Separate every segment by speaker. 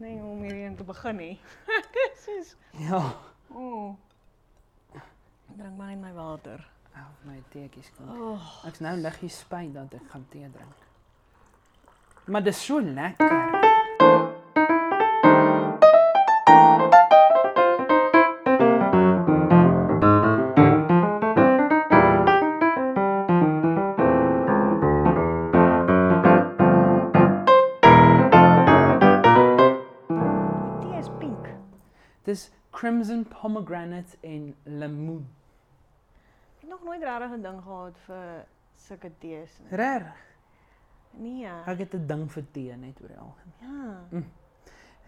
Speaker 1: nie hoe om hierdie een te begin nie. Soos
Speaker 2: Ja.
Speaker 1: ooh. Drink maar net my water.
Speaker 2: Ou my teetjies kom.
Speaker 1: Ooh,
Speaker 2: Ek's nou liggie spyt dat ek gaan tee drink. Maar dis so lekker.
Speaker 1: die tee is pink.
Speaker 2: Dis crimson pomegranate en lemoen.
Speaker 1: Ek het nog nooit regtig 'n ding gehad vir sulke tees nie.
Speaker 2: Reg.
Speaker 1: Nee. Ja.
Speaker 2: Ek het 'n ding vir tee net oor die algemeen.
Speaker 1: Ja.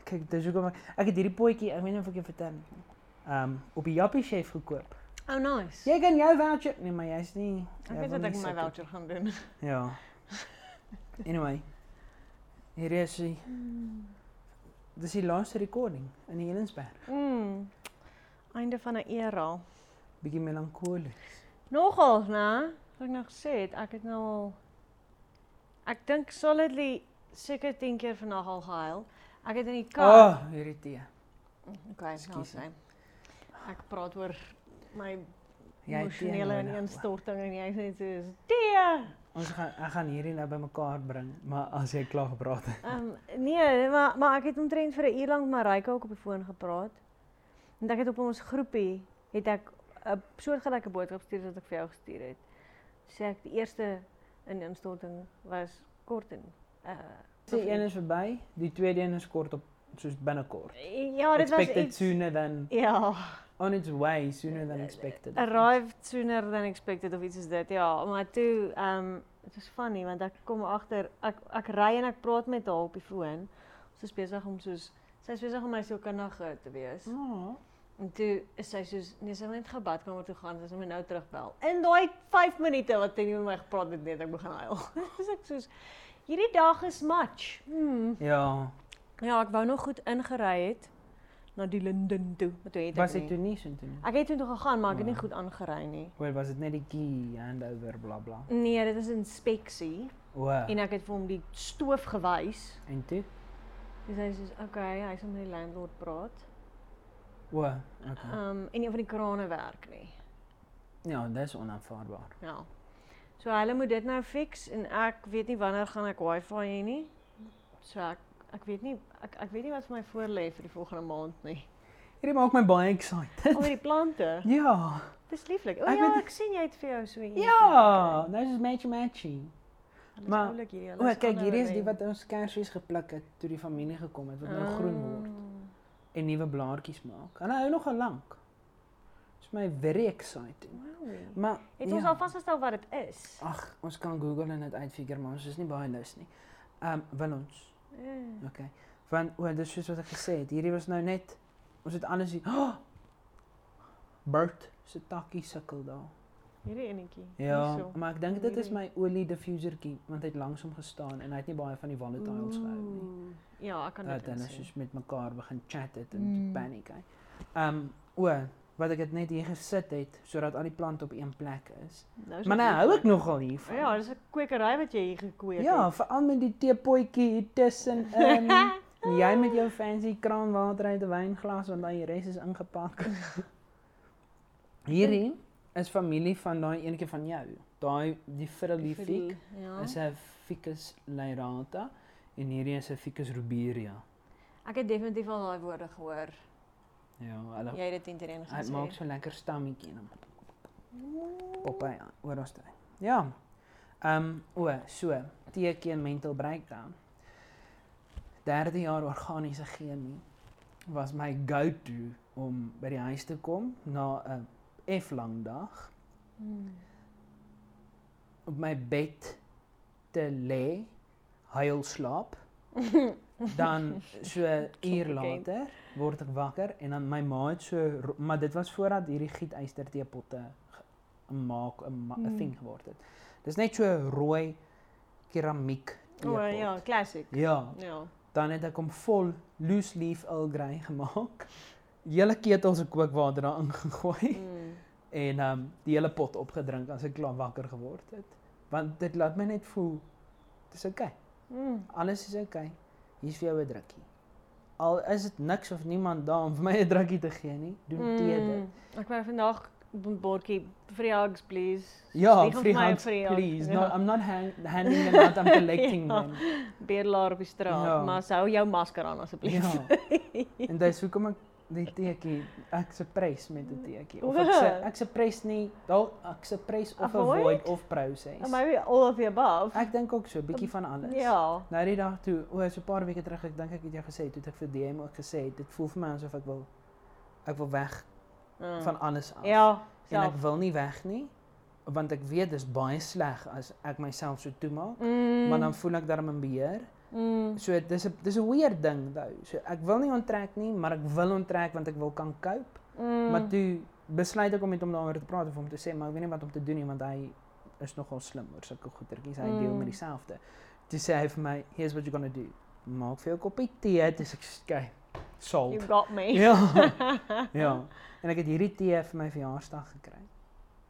Speaker 2: Kyk, dis hoekom ek ek het hierdie potjie, ek weet nie of ek jou vertel het nie. Ehm um, op die Jappie Chef gekoop.
Speaker 1: Oh nice.
Speaker 2: Jy kan jou voucher. Nee, maar jy's nie.
Speaker 1: Ek weet wat ek met my voucher gaan doen.
Speaker 2: Ja. Anyway. Hier is hy. Mm. Dis die laaste recording in die Helensberg.
Speaker 1: Mm. Einde van 'n era.
Speaker 2: Bietjie melankolies.
Speaker 1: Nogal, né? Wat ek nou gesê het, ek het nou al ek dink solidly seker 10 keer vandag al gehuil. Ek het in die kar.
Speaker 2: Ah, oh, hierdie tee.
Speaker 1: Oh, okay, nou
Speaker 2: Excuse
Speaker 1: sê. Ek praat oor my
Speaker 2: Jy het tee
Speaker 1: emosionele
Speaker 2: nodig,
Speaker 1: ineenstorting en jy sê soos tee.
Speaker 2: hoor. Ons gaan ek gaan hierdie nou bymekaar bring, maar as jy klaar gepraat het.
Speaker 1: Ehm nee, maar maar ek het omtrent vir 'n uur lank met Ryke ook op die foon gepraat. En ek het op ons groepie het ek 'n soortgelyke boodskap gestuur wat ek vir jou gestuur het. Sê ek die eerste ineenstorting was kort en uh
Speaker 2: Die een is verby, die tweede een is kort op soos binnekort.
Speaker 1: ja, dit was
Speaker 2: expected
Speaker 1: iets
Speaker 2: sooner than
Speaker 1: Ja,
Speaker 2: on its way sooner than expected.
Speaker 1: arrived sooner than expected of iets is dit. Ja, maar toe ehm dit is funny want ek kom agter ek ek ry en ek praat met haar op die foon. Ons is besig om soos sy's besig om my so kindige te wees.
Speaker 2: Oh,
Speaker 1: En toe is sy soos nee, sy wil net gebadkamer toe gaan, sy moet my nou terugbel. In daai 5 minute wat sy nie met my gepraat het nie, het ek begin huil. Dis ek soos hierdie dag is much. Hmm.
Speaker 2: ja,
Speaker 1: Ja, ek wou nog goed ingery het na die Linden toe, maar toe het ek
Speaker 2: was dit
Speaker 1: nie.
Speaker 2: toe nie so toe nie.
Speaker 1: Ek het toe nog gegaan, maar ek het nie
Speaker 2: Ah.
Speaker 1: goed aangery nie.
Speaker 2: Wel was dit net die key handover bla bla.
Speaker 1: Nee, dit is inspeksie
Speaker 2: O.
Speaker 1: en ek het vir hom die stoof gewys.
Speaker 2: En toe?
Speaker 1: Dis hy soos, "Okay, hy sal met die landlord praat."
Speaker 2: O, okay.
Speaker 1: Ehm um, en een van die krane werk nie.
Speaker 2: Ja, dis onaanvaarbaar.
Speaker 1: Ja. So hulle moet dit nou fix en ek weet nie wanneer gaan ek Wi-Fi hê nie. So ek ek weet nie ek ek weet nie wat vir my voorlê vir die volgende maand nie.
Speaker 2: Hierdie maak my baie excited.
Speaker 1: Oor die plante.
Speaker 2: Ja.
Speaker 1: Dis lieflik. O
Speaker 2: Ek
Speaker 1: ja,
Speaker 2: weet-
Speaker 1: ek sien jy het vir jou so een.
Speaker 2: Ja, nou is matchy matchy. maar-
Speaker 1: maar oulik hierdie.
Speaker 2: O, kyk, hierdie is die wat ons kersies gepluk het toe die familie gekom het wat nou groen
Speaker 1: Ah.
Speaker 2: word en nuwe blaartjies maak. Hulle hou nogal lank. Dis my very exciting.
Speaker 1: Ah, Wow.
Speaker 2: Maar
Speaker 1: Het ons
Speaker 2: ja. Ah.
Speaker 1: al vasgestel wat dit is?
Speaker 2: Ag, ons kan Google en dit uitfigure, maar ons is nie baie lus nie. Ehm um, wil ons.
Speaker 1: Eh,
Speaker 2: Okay. Want o, dis soos wat ek gesê het, hierdie was nou net ons het alles hier. Oh! Bert se takkie sukkel daar.
Speaker 1: Hierdie enetjie.
Speaker 2: Ja,
Speaker 1: hierso.
Speaker 2: maar ek dink dit is
Speaker 1: hierdie.
Speaker 2: my olie diffusertjie want hy het langs hom gestaan en hy het nie baie van die volatiles gehou nie.
Speaker 1: Oeh. Ja, ek kan
Speaker 2: Dat
Speaker 1: dit
Speaker 2: hulle
Speaker 1: insien.
Speaker 2: soos met mekaar begin chat het en mm.
Speaker 1: Mm.
Speaker 2: paniek hy. Ehm o, wat ek dit net hier gesit het sodat al die plante op een plek is.
Speaker 1: Nou is
Speaker 2: maar
Speaker 1: dit
Speaker 2: nou hou
Speaker 1: lieflik.
Speaker 2: ek nogal hiervan.
Speaker 1: Ja, dis 'n kwekery wat jy hier gekweek
Speaker 2: ja, veral met die teepotjie hier tussenin. en jy met jou fancy kraanwater uit 'n wynglas want daai res is ingepak. Hierdie is familie van daai eentjie van jou. Daai die
Speaker 1: Die
Speaker 2: Fiddlefiek
Speaker 1: fiddle, Ja.
Speaker 2: is 'n Ficus lyrata en hierdie is 'n Ficus ruberia.
Speaker 1: Ek het definitief al daai woorde gehoor.
Speaker 2: Ja, hulle
Speaker 1: Jy het Mm. dit intern
Speaker 2: Hy
Speaker 1: gesê.
Speaker 2: maak so lekker stammetjie en dan pop hy aan oor ons tyd. Ja. Ehm um, o, so teken mental breakdown. Derde jaar organiese chemie was my go-to om by die huis te kom na 'n F lang dag
Speaker 1: Hmm.
Speaker 2: op my bed te lê, huil slaap. dan so 'n uur
Speaker 1: bekend.
Speaker 2: later word ek wakker en dan my ma het so ro- maar dit was voordat hierdie gietyster teepotte ge- 'n maak 'n ma, 'n
Speaker 1: Mm.
Speaker 2: ding geword het. Dis net so 'n rooi keramiek
Speaker 1: O
Speaker 2: teepot.
Speaker 1: Oh, ja, classic.
Speaker 2: Ja,
Speaker 1: Ja.
Speaker 2: dan het ek hom vol loose leaf earl grey gemaak. Hele ketel se kookwater daarin gegooi.
Speaker 1: Mm.
Speaker 2: En ehm die hele pot opgedrink as ek klaar wakker geword het. Want dit laat my net voel dis oukei. Okay.
Speaker 1: Mm.
Speaker 2: Alles is oukei. Okay. Hier's vir jou 'n drukkie. al is dit niks of niemand daar om vir my 'n drukkie te gee nie, doen
Speaker 1: Mm.
Speaker 2: tee dit.
Speaker 1: Ek wou vandag b- bordjie free hugs please.
Speaker 2: Ja,
Speaker 1: Steek hom vir
Speaker 2: free
Speaker 1: my,
Speaker 2: hands,
Speaker 1: free hug.
Speaker 2: please. Nou,
Speaker 1: Ja.
Speaker 2: No, I'm not hand, handing them out, I'm collecting
Speaker 1: Ja.
Speaker 2: them.
Speaker 1: Bedelaar op die straat,
Speaker 2: Ja.
Speaker 1: maar hou jou masker aan asseblief.
Speaker 2: Ja. en dis hoekom ek die teekie, ek se prys met 'n teekie. Of ek se
Speaker 1: Wow.
Speaker 2: ek se prys nie, dalk ek se prys of
Speaker 1: Avoid?
Speaker 2: avoid, avoid of process.
Speaker 1: And maybe all of the above.
Speaker 2: Ek dink ook so, bietjie van alles.
Speaker 1: Ja.
Speaker 2: Nou die dag toe, o, so 'n paar weke terug, ek dink ek het jou gesê, toe het ek vir DM ook gesê, dit voel vir my asof ek wil ek wil weg
Speaker 1: Mm.
Speaker 2: van alles af.
Speaker 1: ja,
Speaker 2: en
Speaker 1: self.
Speaker 2: ek wil nie weg nie, want ek weet dis baie sleg as ek myself so toemaak,
Speaker 1: Mm,
Speaker 2: maar dan voel ek daarom in beheer.
Speaker 1: mm,
Speaker 2: So dis 'n dis 'n weird ding daai. So ek wil nie onttrek nie, maar ek wil onttrek want ek wil kan cope.
Speaker 1: mm,
Speaker 2: Maar toe besluit ek om met hom daaroor te praat of om te sê maar ek weet nie wat om te doen nie want hy is nogal slim oor sulke goetertjies. Hy deel
Speaker 1: Mm.
Speaker 2: met dieselfde. Toe sê hy vir my, "Here's what you're going to do. Maak vir jou 'n koppie tee." Dis ek skei.
Speaker 1: you
Speaker 2: Salt.
Speaker 1: got me.
Speaker 2: Ja. ja. En ek het hierdie tee vir my verjaarsdag gekry.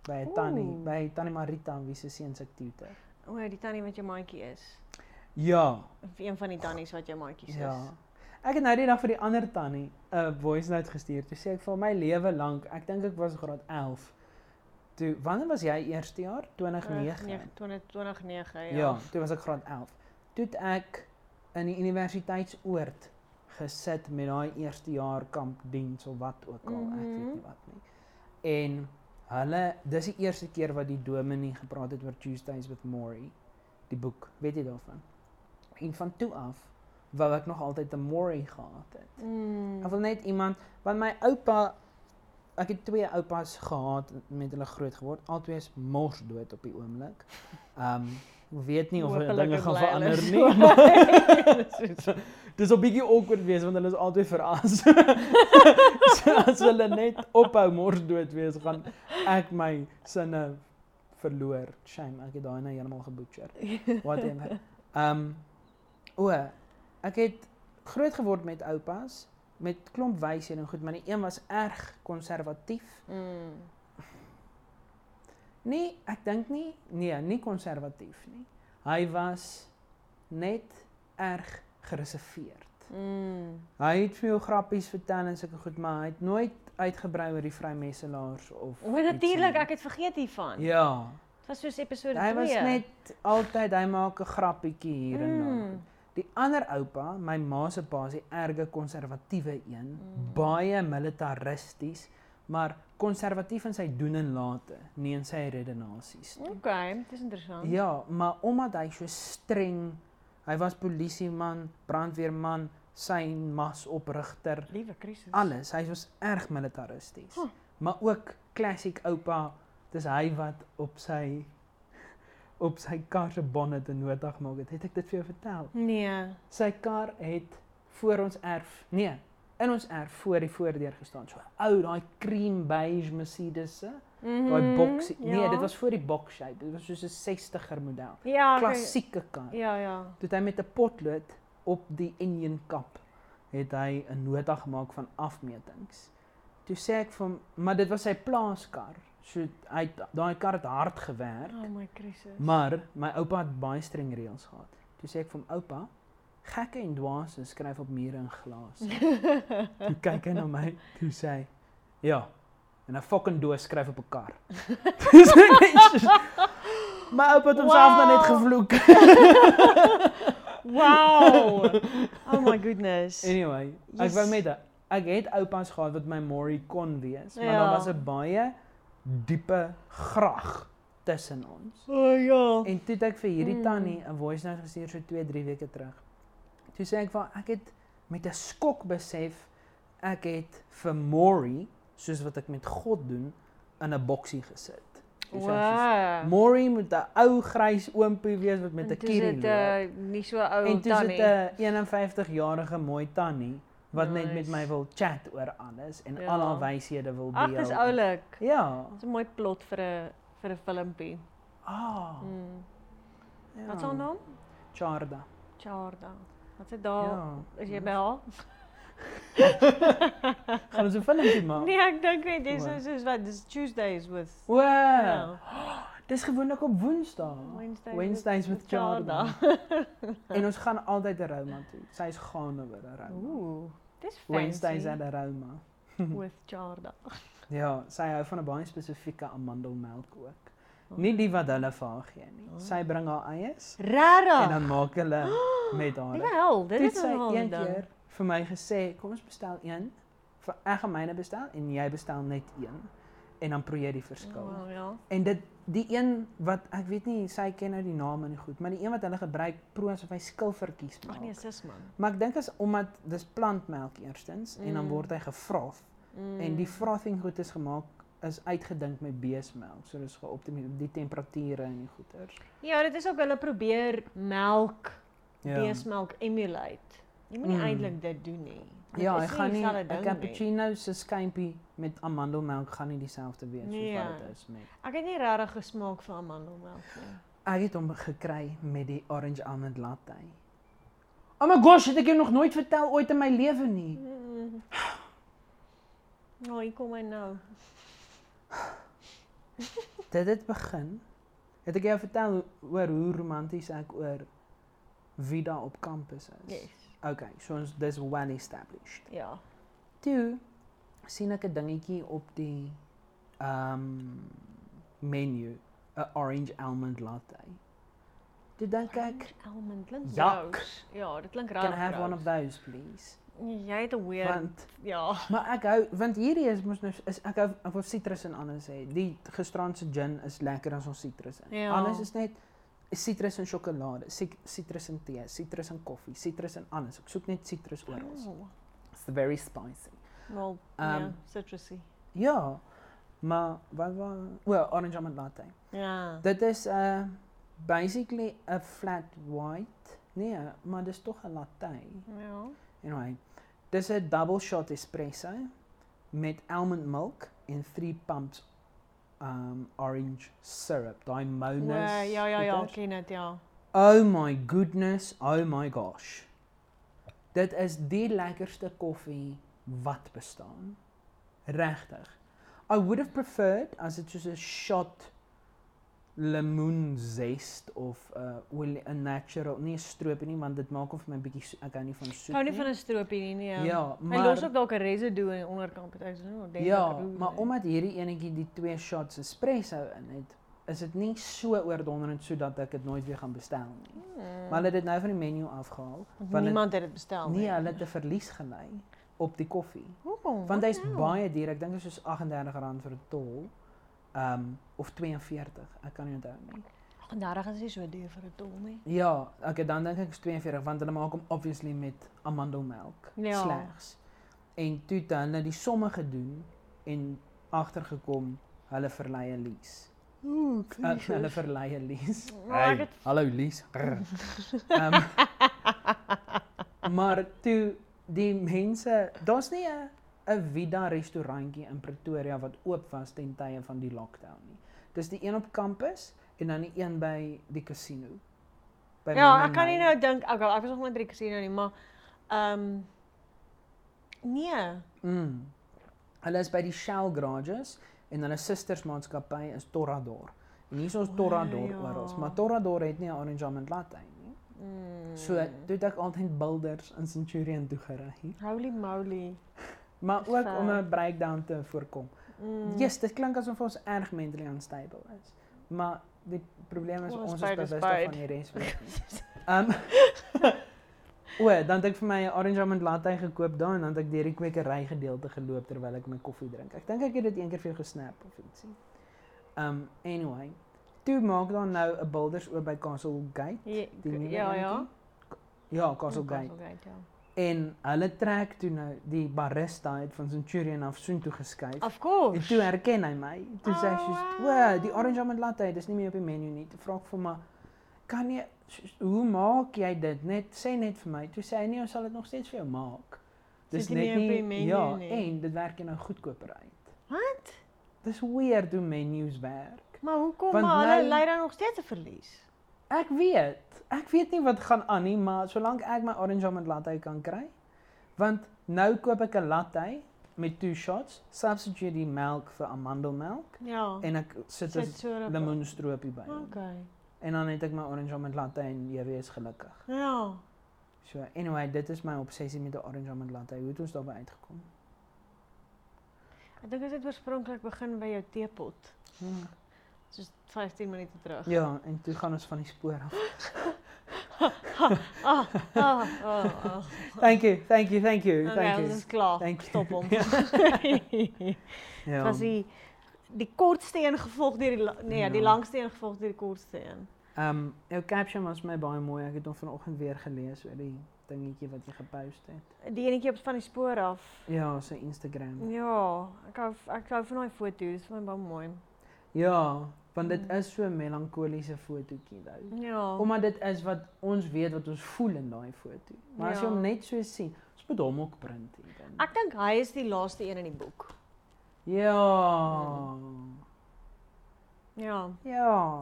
Speaker 2: By 'n tannie,
Speaker 1: Ooh.
Speaker 2: by tannie Marita wie se seun se aktiwite.
Speaker 1: O, Oh die tannie wat jou maatjie is.
Speaker 2: Ja.
Speaker 1: Of Een van die tannies wat jou maatjies
Speaker 2: Ja.
Speaker 1: is.
Speaker 2: Ek het nou die dag vir die ander tannie 'n voice note gestuur. Toe sê ek vir my lewe lank, ek dink ek was graad 11. Toe wanneer was jy eerste jaar? 2009.
Speaker 1: 2009, ja.
Speaker 2: Ja, toe was ek graad 11. Toe het ek in die universiteitsoord gesit met daai eerste jaar kampdiens of wat ook al, ek weet nie
Speaker 1: Mhm.
Speaker 2: wat nie. En hulle, dis die eerste keer wat die dominee gepraat het oor Tuesdays with Maury, die boek. Weet jy daarvan? En van toe af wou ek nog altyd 'n Maury gehad het.
Speaker 1: Mm.
Speaker 2: Ek wil net iemand want my oupa ek het twee oupas gehad met hulle groot geword. Albei is mors dood op die oomblik. Um weet nie of hulle
Speaker 1: Hopelijk
Speaker 2: dinge gaan
Speaker 1: bly hulle
Speaker 2: verander
Speaker 1: so.
Speaker 2: nie. maar- Dis 'n bietjie awkward wees want hulle is altyd veras. so as hulle net ophou mors dood wees gaan ek my sinne verloor. Shame, ek het daai nou heeltemal gebutcher. Whatever. Um o, ek het groot geword met oupas met klomp wysheid en goed, maar die een was erg konservatief.
Speaker 1: Mm.
Speaker 2: Nee, ek dink nie. Nee, nie konservatief nie. Hy was net erg gereserveerd.
Speaker 1: Mm.
Speaker 2: Hy het veel grappies vertel en sulke goed, maar hy het nooit uitgebrei oor die vrymesselaars of
Speaker 1: O, natuurlik, ek het vergeet hiervan.
Speaker 2: Ja.
Speaker 1: Dit was soos episode 2.
Speaker 2: Hy was net altyd hy maak 'n grappietjie hier en daar.
Speaker 1: Mm.
Speaker 2: Die ander oupa, my ma se pa, is die erge konservatiewe een,
Speaker 1: Mm.
Speaker 2: baie militaristies, maar konservatief in sy doen en late, nie in sy redenasies nie.
Speaker 1: Okay, dit is interessant.
Speaker 2: Ja, maar omdat hy so streng, hy was polisieman, brandweerman, sy masoprigter,
Speaker 1: Liewe Christus.
Speaker 2: alles, hy was erg militaristies.
Speaker 1: Huh.
Speaker 2: Maar ook klassiek oupa, dis hy wat op sy op sy kar se bonnet 'n nota gemaak het. Het ek dit vir jou vertel?
Speaker 1: Nee.
Speaker 2: Sy kar het voor ons erf. Nee, in ons erf voor die voordeur gestaan. So ou daai cream beige Mercedes se,
Speaker 1: Mm
Speaker 2: daai boks. Nee, dit was voor die box shape. Dit was soos 'n 60er model.
Speaker 1: ja, oké.
Speaker 2: Klassieke kar.
Speaker 1: Ja, ja.
Speaker 2: Toe het hy met 'n potlood op die enjin kap het hy 'n nota gemaak van afmetings. Toe sê ek vir hom, maar dit was sy plaaskar. So hy het- daai kar het hard gewerk.
Speaker 1: Oh my Christus.
Speaker 2: Maar my oupa het baie streng reëls gehad. Toe sê ek vir hom, "Oupa, gekke en dwaase skryf op mure in glas." toe kyk hy na my, toe sê hy, "Ja, en 'n fucking doos skryf op 'n kar." Toe sê ek net, "Jesus." my oupa het homself wow. dan net
Speaker 1: Wow.
Speaker 2: gevloek.
Speaker 1: wow. Oh my goodness.
Speaker 2: Anyway, ek
Speaker 1: Yes.
Speaker 2: wou met ek het oupas gehad wat my Maury kon wees, maar
Speaker 1: Ja.
Speaker 2: daar was 'n baie diepe grag tussen ons.
Speaker 1: Oh ja.
Speaker 2: En toe het ek vir hierdie
Speaker 1: Mm.
Speaker 2: tannie 'n voice note gestuur so 2, 3 weke terug. Toe sê ek van ek het met 'n skok besef ek het vir Maury, soos wat ek met God doen, in 'n boksie gesit. Toe sê ek soos,
Speaker 1: Wow.
Speaker 2: Maury moet 'n ou grys oompie wees wat met
Speaker 1: En
Speaker 2: 'n
Speaker 1: toe
Speaker 2: kierie
Speaker 1: sit,
Speaker 2: loop.
Speaker 1: eh, nie so
Speaker 2: en
Speaker 1: oud
Speaker 2: toe
Speaker 1: tannie.
Speaker 2: sit 'n 51-jarige mooi tannie wat net met
Speaker 1: Nice.
Speaker 2: my wil chat oor alles en
Speaker 1: Ja.
Speaker 2: al haar wyshede wil
Speaker 1: Ag,
Speaker 2: deel.
Speaker 1: dis oulik.
Speaker 2: Ja.
Speaker 1: Dis 'n mooi plot vir 'n vir 'n filmpie.
Speaker 2: Ah.
Speaker 1: Mm.
Speaker 2: Ja.
Speaker 1: Wat is haar naam?
Speaker 2: Charda.
Speaker 1: Charda. Wat sit daar?
Speaker 2: Ja.
Speaker 1: Is jy by haar?
Speaker 2: Gaan ons 'n filmpie maak?
Speaker 1: Nee, ek dink net dis
Speaker 2: Waar?
Speaker 1: is is wat dis Tuesdays with
Speaker 2: Wow.
Speaker 1: Ja. Oh
Speaker 2: Dis gewoonlik op Woensdae.
Speaker 1: Wednesdays
Speaker 2: Wednesdays with Charda.
Speaker 1: Charda.
Speaker 2: en ons gaan altyd 'n Rouma toe. Sy is gaande oor 'n Rouma.
Speaker 1: Ooh. Dis fancy.
Speaker 2: Wednesdays at Aroma.
Speaker 1: with Jarda.
Speaker 2: Ja, sy hou van 'n baie spesifieke amandelmelk ook.
Speaker 1: Oh.
Speaker 2: Nie die wat hulle vir haar gee nie. Sy bring haar eies en
Speaker 1: Rarig.
Speaker 2: dan maak hulle met haar.
Speaker 1: Die hel, Ja. dit
Speaker 2: Toe het
Speaker 1: is
Speaker 2: sy
Speaker 1: 'n ding.
Speaker 2: een keer vir my gesê, "Kom ons bestel een." Vir ek gaan myne bestel en jy bestel net een en dan probeer jy die verskil.
Speaker 1: Oh, ja.
Speaker 2: En dit die een wat ek weet nie, sy ken nou die name nie goed, maar die een wat hulle gebruik pro asof hy skilfertjies maak.
Speaker 1: Ag nee, sis man.
Speaker 2: Maar ek dink is omdat dis plantmelk eerstens en dan
Speaker 1: Mm.
Speaker 2: word hy gefroth en die frothing goed is gemaak is uitgedink met beesmelk. So dis geoptimeer die temperature en die goeters.
Speaker 1: Ja, dit is ook hulle probeer melk,
Speaker 2: Ja.
Speaker 1: beesmelk emulate. Jy moenie
Speaker 2: Mm.
Speaker 1: eintlik dit doen nie. Dit
Speaker 2: Ja,
Speaker 1: is
Speaker 2: hy gaan nie
Speaker 1: dieselfde
Speaker 2: 'n
Speaker 1: ding nie.
Speaker 2: cappuccino se skympie met amandelmelk gaan nie dieselfde wees
Speaker 1: Nee.
Speaker 2: soos wat dit is met.
Speaker 1: Ek het nie regtig gesmaak vir amandelmelk nie.
Speaker 2: Ek het hom gekry met die orange almond latte. Oh my gosh, het ek jou nog nooit vertel ooit in my lewe nie.
Speaker 1: Mm. Nou, oh, hier kom hy nou.
Speaker 2: Dit het begin. Het ek jou vertel hoe- oor hoe romanties ek oor wie daar op kampus is?
Speaker 1: Yes.
Speaker 2: Okay, so ons dis well established.
Speaker 1: Ja.
Speaker 2: Toe sien ek 'n dingetjie op die ehm menu, 'n orange almond latte. Toe dink ek,
Speaker 1: almond klink
Speaker 2: Jak.
Speaker 1: gross. Ja, dit klink raar.
Speaker 2: can I have one of those please?
Speaker 1: Jy het 'n weird.
Speaker 2: Want
Speaker 1: ja.
Speaker 2: maar ek hou want hierdie is mos nou is ek hou of sitrus en anders hê. Die gisterandse gin is lekker as ons sitrus in.
Speaker 1: Ja.
Speaker 2: Alles is net sitrus en sjokolade, sit- sitrus en tee, sitrus en koffie, sitrus en anders. Ek soek net sitrus oral.
Speaker 1: Oh.
Speaker 2: It's very spicy.
Speaker 1: Wel, ja,
Speaker 2: Ehm,
Speaker 1: citrusy.
Speaker 2: Ja. Maar wat was well, orange almond latte.
Speaker 1: Ja.
Speaker 2: Dit is 'n uh, basically 'n flat white. Nee, maar dis tog 'n latte.
Speaker 1: Ja.
Speaker 2: Anyway, dis 'n double shot espresso met almond milk en 3 pumps um orange syrup. Daai
Speaker 1: O,
Speaker 2: monas.
Speaker 1: ja ja ja,
Speaker 2: goeters.
Speaker 1: ken dit ja.
Speaker 2: Oh my goodness, oh my gosh. Dit is die lekkerste koffie wat bestaan. Regtig. I would have preferred as dit soos 'n shot lemoenzest of 'n uh, olie 'n natural, nie 'n stroopie nie, want dit maak of my bietjie so- ek hou nie van
Speaker 1: Ek
Speaker 2: soet
Speaker 1: hou nie van 'n stroopie nie, nee.
Speaker 2: Ja,
Speaker 1: Hy los
Speaker 2: maar
Speaker 1: ook dalk 'n residu aan die onderkant party so. nou, denk
Speaker 2: ja,
Speaker 1: ek, oeh,
Speaker 2: maar
Speaker 1: nee.
Speaker 2: omdat hierdie enetjie die twee shots espresso in het, is dit nie so oordonderend sodat ek dit nooit weer gaan bestel nie.
Speaker 1: Hmm.
Speaker 2: Maar hulle het dit nou van die menu afgehaal.
Speaker 1: Want
Speaker 2: want dit-
Speaker 1: niemand het dit bestel nie.
Speaker 2: Nee, hulle het 'n verlies gelei op die koffie.
Speaker 1: Hoekom?
Speaker 2: Want hy's
Speaker 1: Wat nou?
Speaker 2: baie duur. Ek dink dit is soos R38 vir 'n tol. Ehm um, of 42. Ek kan nie onthou nie.
Speaker 1: Ag, Vandag is dit so duur vir 'n tol nie.
Speaker 2: Ja, okay, dan dink ek is 42 want hulle maak hom obviously met amandelmelk
Speaker 1: Ja.
Speaker 2: slegs. En toe het hulle die somme gedoen en agtergekom hulle verlei 'n lease.
Speaker 1: Ooh,
Speaker 2: Uh, hulle verlei 'n lease.
Speaker 1: Maar ek het-
Speaker 2: hallo lease. Ehm maar toe die mense, daar's nie 'n 'n Vida restaurantjie in Pretoria wat oop was ten tye van die lockdown nie. Dis die een op kampus en dan die een by die casino. By
Speaker 1: Ja,
Speaker 2: Mom
Speaker 1: ek kan nie
Speaker 2: and
Speaker 1: nou dink, okay, ek was nog net by die casino nie, maar ehm nee.
Speaker 2: Mm. Hulle is by die Shell garages en hulle sustersmaatskappy is Torador. En hier is ons
Speaker 1: O,
Speaker 2: Torador
Speaker 1: ja.
Speaker 2: oral, maar Torador het nie 'n orange almond latte nie.
Speaker 1: Mm.
Speaker 2: So toe het ek altyd builders in Centurion toe gery.
Speaker 1: holy moly.
Speaker 2: Maar ook om
Speaker 1: Fair.
Speaker 2: 'n breakdown te voorkom.
Speaker 1: Mm.
Speaker 2: Yes, dit klink asof ons erg mentally unstable is. Maar die probleem is
Speaker 1: Ons
Speaker 2: ons is
Speaker 1: beide
Speaker 2: bewus
Speaker 1: is
Speaker 2: daarvan
Speaker 1: beide.
Speaker 2: die res weet nie. Ehm O, dan het ek vir my 'n orange almond latte gekoop daar en dan het ek deur die kwekery gedeelte geloop terwyl ek my koffie drink. Ek dink ek het dit een keer vir jou gesnap of ietsie. Um anyway, toe maak daar nou 'n builders oop by Castle Gate.
Speaker 1: Ye-
Speaker 2: Die nuwe
Speaker 1: ja, ja.
Speaker 2: enetjie? Ja, Castle Gate.
Speaker 1: Gate, ja.
Speaker 2: En hulle trek toe nou die barista het van Centurion af soontoe geskuif.
Speaker 1: Of
Speaker 2: En
Speaker 1: course.
Speaker 2: toe herken hy my. Toe sê hy
Speaker 1: Oh,
Speaker 2: soos,
Speaker 1: wow.
Speaker 2: "Wow, die orange almond latte, dis nie meer op die menu nie." Toe vra ek vir my, "Kan jy soos, hoe maak jy dit? Net sê net vir my." Toe sê hy, "Nee, ons sal dit nog steeds vir jou maak."
Speaker 1: Sit nie meer op die menu
Speaker 2: ja,
Speaker 1: nie.
Speaker 2: en dit werk jou nou goedkoper uit. Wat? Dis weird hoe menus werk.
Speaker 1: Maar hoekom
Speaker 2: Want
Speaker 1: maar hulle
Speaker 2: nou-
Speaker 1: ly dan nog steeds 'n verlies?
Speaker 2: Ek weet. Ek weet nie wat gaan aan nie, maar solank ek my orange almond latte kan kry, want nou koop ek 'n latte met two shots, substitute die melk vir amandelmelk
Speaker 1: Ja.
Speaker 2: en ek sit 'n
Speaker 1: so rap-
Speaker 2: lemoenstroopie by. hom.
Speaker 1: Okay.
Speaker 2: En dan het ek my orange almond latte en jy is gelukkig.
Speaker 1: Ja.
Speaker 2: So anyway, dit is my obsessie met 'n orange almond latte. Hoe het ons daarby uitgekom?
Speaker 1: Ek dink dit het oorspronklik begin by jou teepot.
Speaker 2: Hmm.
Speaker 1: Soos 15 minute terug.
Speaker 2: Ja, en toe gaan ons van die spoor af.
Speaker 1: Ah, ah, ah, ah.
Speaker 2: Thank you, thank you, thank you,
Speaker 1: Okay,
Speaker 2: thank
Speaker 1: ons
Speaker 2: you.
Speaker 1: is klaar.
Speaker 2: Thank you.
Speaker 1: Stop hom.
Speaker 2: Ja.
Speaker 1: Dit
Speaker 2: Ja.
Speaker 1: was die die kortste een gevolg deur die la- nee, ja. die
Speaker 2: Ja.
Speaker 1: langste een gevolg deur die kortste een.
Speaker 2: Ehm jou caption was my baie mooi. Ek het hom vanoggend weer gelees oor die dingetjie wat jy gepost het.
Speaker 1: Die enetjie op van die spoor af.
Speaker 2: Ja, sy Instagram.
Speaker 1: Ja, ek hou ek hou van daai foto's, dit is vir my baie mooi.
Speaker 2: Ja, want dit
Speaker 1: Mm.
Speaker 2: is so 'n melankoliese fotootjie daai.
Speaker 1: Ja.
Speaker 2: Omdat dit is wat ons weet wat ons voel in daai foto. Maar as jy
Speaker 1: Ja.
Speaker 2: hom net so sien, ons moet hom ook print hê dan.
Speaker 1: Ek dink hy is die laaste een in die boek.
Speaker 2: Ja.
Speaker 1: Ja.
Speaker 2: Ja.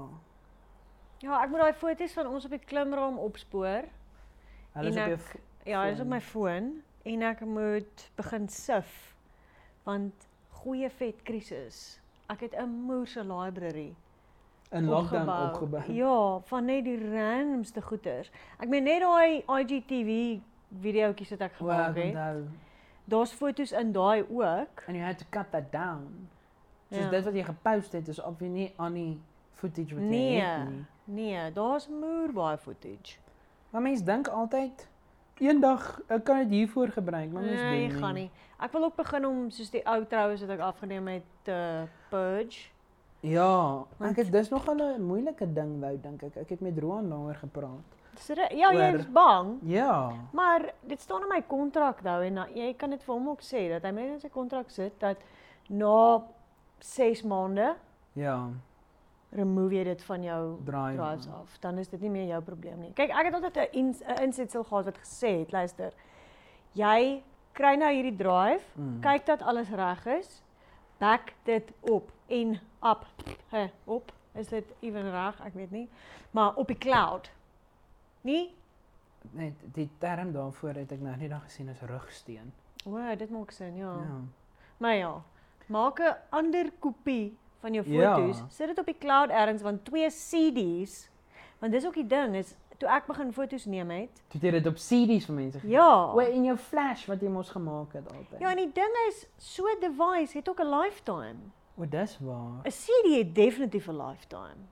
Speaker 1: Ja, ek moet daai foto's van ons op die klimraam opspoor.
Speaker 2: Hulle is
Speaker 1: En ek-
Speaker 2: op jou f-
Speaker 1: Ja, dit is op
Speaker 2: Foon.
Speaker 1: my foon en ek moet begin sif want goeie vetkrisis. Ek het 'n moerse library
Speaker 2: in lockdown opgebou.
Speaker 1: Ja, van net die randomste goeters. Ek meen net daai IGTV videoetjies wat ek
Speaker 2: Wow,
Speaker 1: gemaak het.
Speaker 2: onthou.
Speaker 1: Daar's foto's in daai ook.
Speaker 2: And you had to cut that down. Soos
Speaker 1: Ja.
Speaker 2: dit wat jy gepost het is obviously nie aan die footage wat jy
Speaker 1: Nee.
Speaker 2: het nie.
Speaker 1: Nee, daar's moer baie footage.
Speaker 2: Maar mense dink altyd eendag ek kan dit hiervoor gebruik, maar mens
Speaker 1: Nee,
Speaker 2: doen
Speaker 1: gaan nie. Ek wil ook begin om soos die ou troues wat ek afgeneem het te purge.
Speaker 2: Ja,
Speaker 1: Want-
Speaker 2: ek het dis nog 'n moeilike ding wou dink ek. Ek het met Roan daaroor gepraat.
Speaker 1: Dis Dus re- ja, jy
Speaker 2: Oor-
Speaker 1: is bang.
Speaker 2: Ja.
Speaker 1: Maar dit staan in my kontrak nou en na- jy kan dit vir hom ook sê dat hy moet in sy kontrak sit dat na 6 maande
Speaker 2: Ja,
Speaker 1: remove jy dit van jou
Speaker 2: draai.
Speaker 1: drives af. Dan is dit nie meer jou probleem nie. Kyk, ek het altyd 'n ins- 'n insetsel gehad wat gesê het, luister. Jy kry nou hierdie drive,
Speaker 2: Mm.
Speaker 1: kyk dat alles reg is. Back dit op en up. Hè, op. Is dit ewen reg? Ek weet nie. Maar op die cloud. Nee?
Speaker 2: Net die term daarvoor het ek nou nie dan gesien as rugsteen.
Speaker 1: O, wow, dit maak sin, ja.
Speaker 2: Ja.
Speaker 1: Maar ja, maak 'n ander kopie van jou
Speaker 2: Ja.
Speaker 1: foto's. Sit dit op die cloud ergens want twee CD's. Want dis ook die ding is toe ek begin foto's neem het.
Speaker 2: Toe jy dit op CD's vir mense gegee.
Speaker 1: Ja.
Speaker 2: O, in jou flash wat jy mos gemaak het altyd.
Speaker 1: Ja, en die ding is so 'n device het ook 'n lifetime.
Speaker 2: O, dis waar.
Speaker 1: 'n CD het definitief 'n lifetime.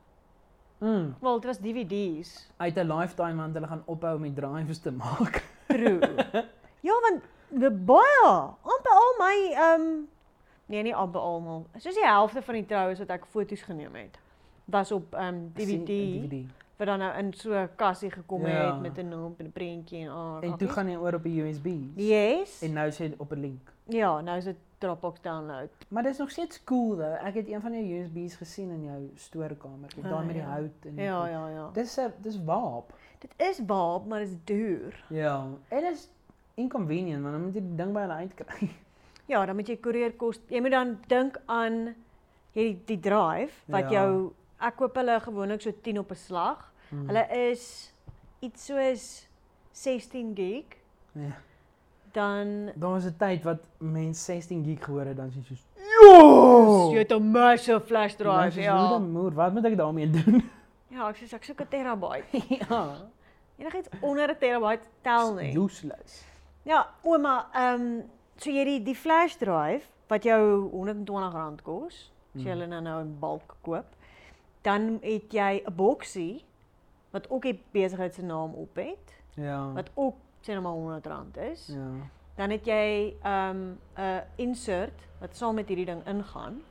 Speaker 2: Mm.
Speaker 1: Wel, dit was DVD's.
Speaker 2: Uit 'n lifetime want hulle gaan ophou om die drives te maak.
Speaker 1: True. ja, want die baie amper al my ehm um, nee, nie amper almal. Soos die helfte van die troues wat ek foto's geneem het, was op ehm um, DVD.
Speaker 2: DVD.
Speaker 1: wat dan nou in so 'n kassie gekom
Speaker 2: Ja.
Speaker 1: het met 'n naam en 'n prentjie en al.
Speaker 2: En toe gaan jy oor op 'n USB.
Speaker 1: Ja. Yes.
Speaker 2: En nou sê dit op 'n link.
Speaker 1: ja, nou is dit Dropbox download.
Speaker 2: Maar dis nog steeds cool though. Ek het een van jou USB's gesien in jou stoorkamer. Jy
Speaker 1: Ah,
Speaker 2: daai met die
Speaker 1: ja.
Speaker 2: hout en die
Speaker 1: Ja,
Speaker 2: goed.
Speaker 1: ja, ja.
Speaker 2: Dis 'n dis waap.
Speaker 1: Dit is baap, maar dit is duur.
Speaker 2: Ja, en is inconvenient want dan moet jy die ding by hulle uitkry.
Speaker 1: Ja, dan moet jy koerier kos. Jy moet dan dink aan hierdie die drive wat
Speaker 2: Ja.
Speaker 1: jou ek koop hulle gewoonlik so 10 op 'n slag.
Speaker 2: Mm.
Speaker 1: Hulle is iets soos 16 gig.
Speaker 2: Ja.
Speaker 1: Dan
Speaker 2: Daar was 'n tyd wat mense 16 gig gehoor het dan sê jy soos
Speaker 1: oh. jy
Speaker 2: Ja!
Speaker 1: het 'n massive flash drive,
Speaker 2: Hoe
Speaker 1: ja.
Speaker 2: dan moer, wat moet ek daarmee doen?
Speaker 1: Ja, ek sê ek soek 'n terabyte.
Speaker 2: ja.
Speaker 1: Enigiets onder 'n terabyte tel nie.
Speaker 2: Useless.
Speaker 1: Ja, ouma, ehm so jy die die flash drive wat jou R120 kos, as jy
Speaker 2: Mm.
Speaker 1: hulle nou nou in bulk koop, dan het jy 'n boksie wat ook die besigheid se naam op het,
Speaker 2: Ja.
Speaker 1: wat ook sê nou maar R100 is.
Speaker 2: Ja.
Speaker 1: Dan het jy ehm 'n insert wat saam met hierdie ding ingaan.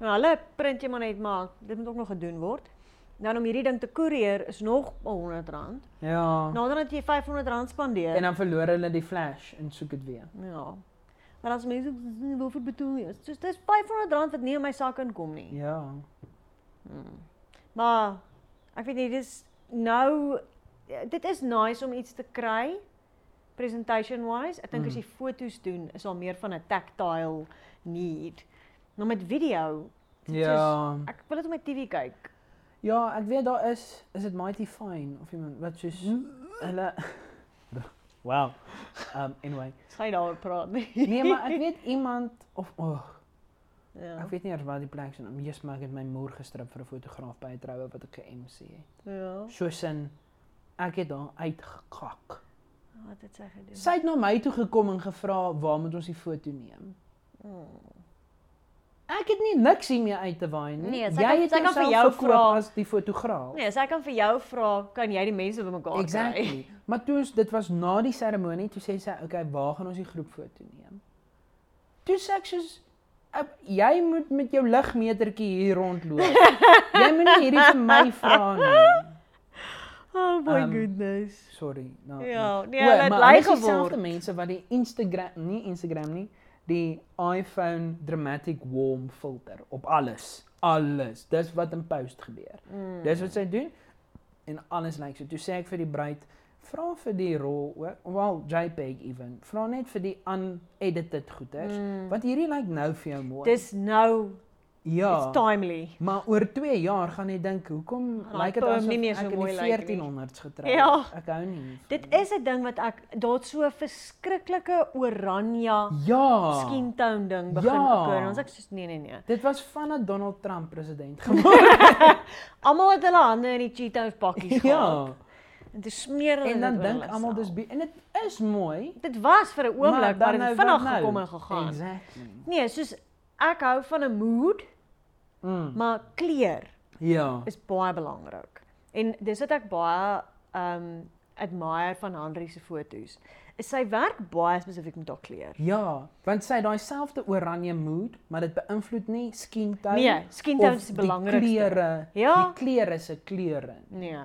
Speaker 1: Nou hulle print jy maar net maar, dit moet ook nog gedoen word. Dan om hierdie ding te koerier is nog R100.
Speaker 2: Ja.
Speaker 1: Nadat jy R500 spandeer.
Speaker 2: En dan verloor hulle die flash en soek dit weer.
Speaker 1: Ja. Maar as mense dit nie wil vir betaal nie, so dis R500 wat nie in my sak inkom nie.
Speaker 2: Ja.
Speaker 1: Hmm. Maar ek weet nie dis nou ja, dit is nice om iets te kry presentation wise. Ek dink as
Speaker 2: Mm.
Speaker 1: jy foto's doen, is daar meer van 'n tactile need. Nou met video, dit is-
Speaker 2: Ja.
Speaker 1: ek wil dit op my TV kyk.
Speaker 2: Ja, ek weet daar is is dit Mighty Fine of iemand wat soos
Speaker 1: Hm?
Speaker 2: hulle Wow. Um anyway.
Speaker 1: Skyn daaroor praat nie.
Speaker 2: Nee, maar ek weet iemand of oh,
Speaker 1: ja.
Speaker 2: ek weet nie eers waar die plek is nie. maar Just maar ek het my moer gestrip vir 'n fotograaf by 'n troue wat ek ge-MC het.
Speaker 1: Ja.
Speaker 2: Soos in ek het daar uitgekak.
Speaker 1: Wat het sy gedoen?
Speaker 2: Sy het na my toe gekom en gevra, "Waar moet ons die foto neem?"
Speaker 1: Hmm.
Speaker 2: Ek het nie niks hiermee uit te waai nie.
Speaker 1: Nee, sy
Speaker 2: Jy
Speaker 1: kan-
Speaker 2: het
Speaker 1: sy kan vir
Speaker 2: jouself
Speaker 1: jou
Speaker 2: verkoop
Speaker 1: vra.
Speaker 2: as die fotograaf.
Speaker 1: Nee, as ek kan vir jou vra, kan jy die mense bymekaar kry.
Speaker 2: Exactly. Maar toe ons- dit was na die seremonie, toe sê sy, "Oké, waar gaan ons die groepfoto neem?" Toe sê ek soos "Ap, jy moet met jou ligmetertjie hier rondloop. jy moet nie hierdie vir my vra nie.
Speaker 1: Oh my
Speaker 2: Um,
Speaker 1: goodness.
Speaker 2: Sorry. Nou.
Speaker 1: Ja, nee,
Speaker 2: O,
Speaker 1: hulle het
Speaker 2: maar
Speaker 1: bly
Speaker 2: hulle is dieselfde
Speaker 1: geword.
Speaker 2: mense wat die Instagram, nie Instagram nie, die iPhone dramatic warm filter op alles. Alles. Dis wat in post gebeur.
Speaker 1: Mm.
Speaker 2: Dis wat sy doen en alles lyk so. Toe sê ek vir die bruid, vra vir die rol, ook- wel JPEG even. Vra net vir die unedited goeders.
Speaker 1: Mm.
Speaker 2: Want hierdie lyk nou vir jou mooi.
Speaker 1: Dis nou
Speaker 2: ja.
Speaker 1: it's timely.
Speaker 2: Maar oor 2 jaar gaan jy dink, hoekom
Speaker 1: Ah,
Speaker 2: lyk dit
Speaker 1: poem
Speaker 2: asof
Speaker 1: nie
Speaker 2: nie
Speaker 1: meer
Speaker 2: meer
Speaker 1: so
Speaker 2: ek in
Speaker 1: mooi
Speaker 2: die
Speaker 1: lyk nie.
Speaker 2: 1400s getrou
Speaker 1: Ja.
Speaker 2: het? Ek hou nie. hiervan
Speaker 1: Dit
Speaker 2: nie.
Speaker 1: is 'n ding wat ek daar't so 'n verskriklike oranje
Speaker 2: ja.
Speaker 1: skin tone ding begin
Speaker 2: Ja.
Speaker 1: occur. en Ons ek sê nee nee nee.
Speaker 2: Dit was vanaf Donald Trump president geword.
Speaker 1: Almal het hulle hande in die Cheetos bakkies gehad.
Speaker 2: ja.
Speaker 1: En toe smeer hulle
Speaker 2: En
Speaker 1: dit
Speaker 2: dan
Speaker 1: oor
Speaker 2: dink
Speaker 1: hulle
Speaker 2: almal dis
Speaker 1: self.
Speaker 2: be- dus en dit is mooi.
Speaker 1: Dit was vir 'n oomblik, maar
Speaker 2: dan
Speaker 1: dit het
Speaker 2: nou,
Speaker 1: vinnig
Speaker 2: wat nou?
Speaker 1: gekom en gegaan.
Speaker 2: Exactly.
Speaker 1: Nee, soos ek hou van 'n mood,
Speaker 2: Mm.
Speaker 1: maar kleur
Speaker 2: Ja.
Speaker 1: is baie belangrik. En dis wat ek baie um admire van Henry se fotos. Is sy werk baie spesifiek met haar kleur.
Speaker 2: Ja, want sy het daai selfde oranje mood, maar dit beïnvloed nie skin tone
Speaker 1: Nee, skin tone is die
Speaker 2: Die
Speaker 1: belangrikste.
Speaker 2: kleure,
Speaker 1: Ja.
Speaker 2: die kleure se kleure.
Speaker 1: Nee.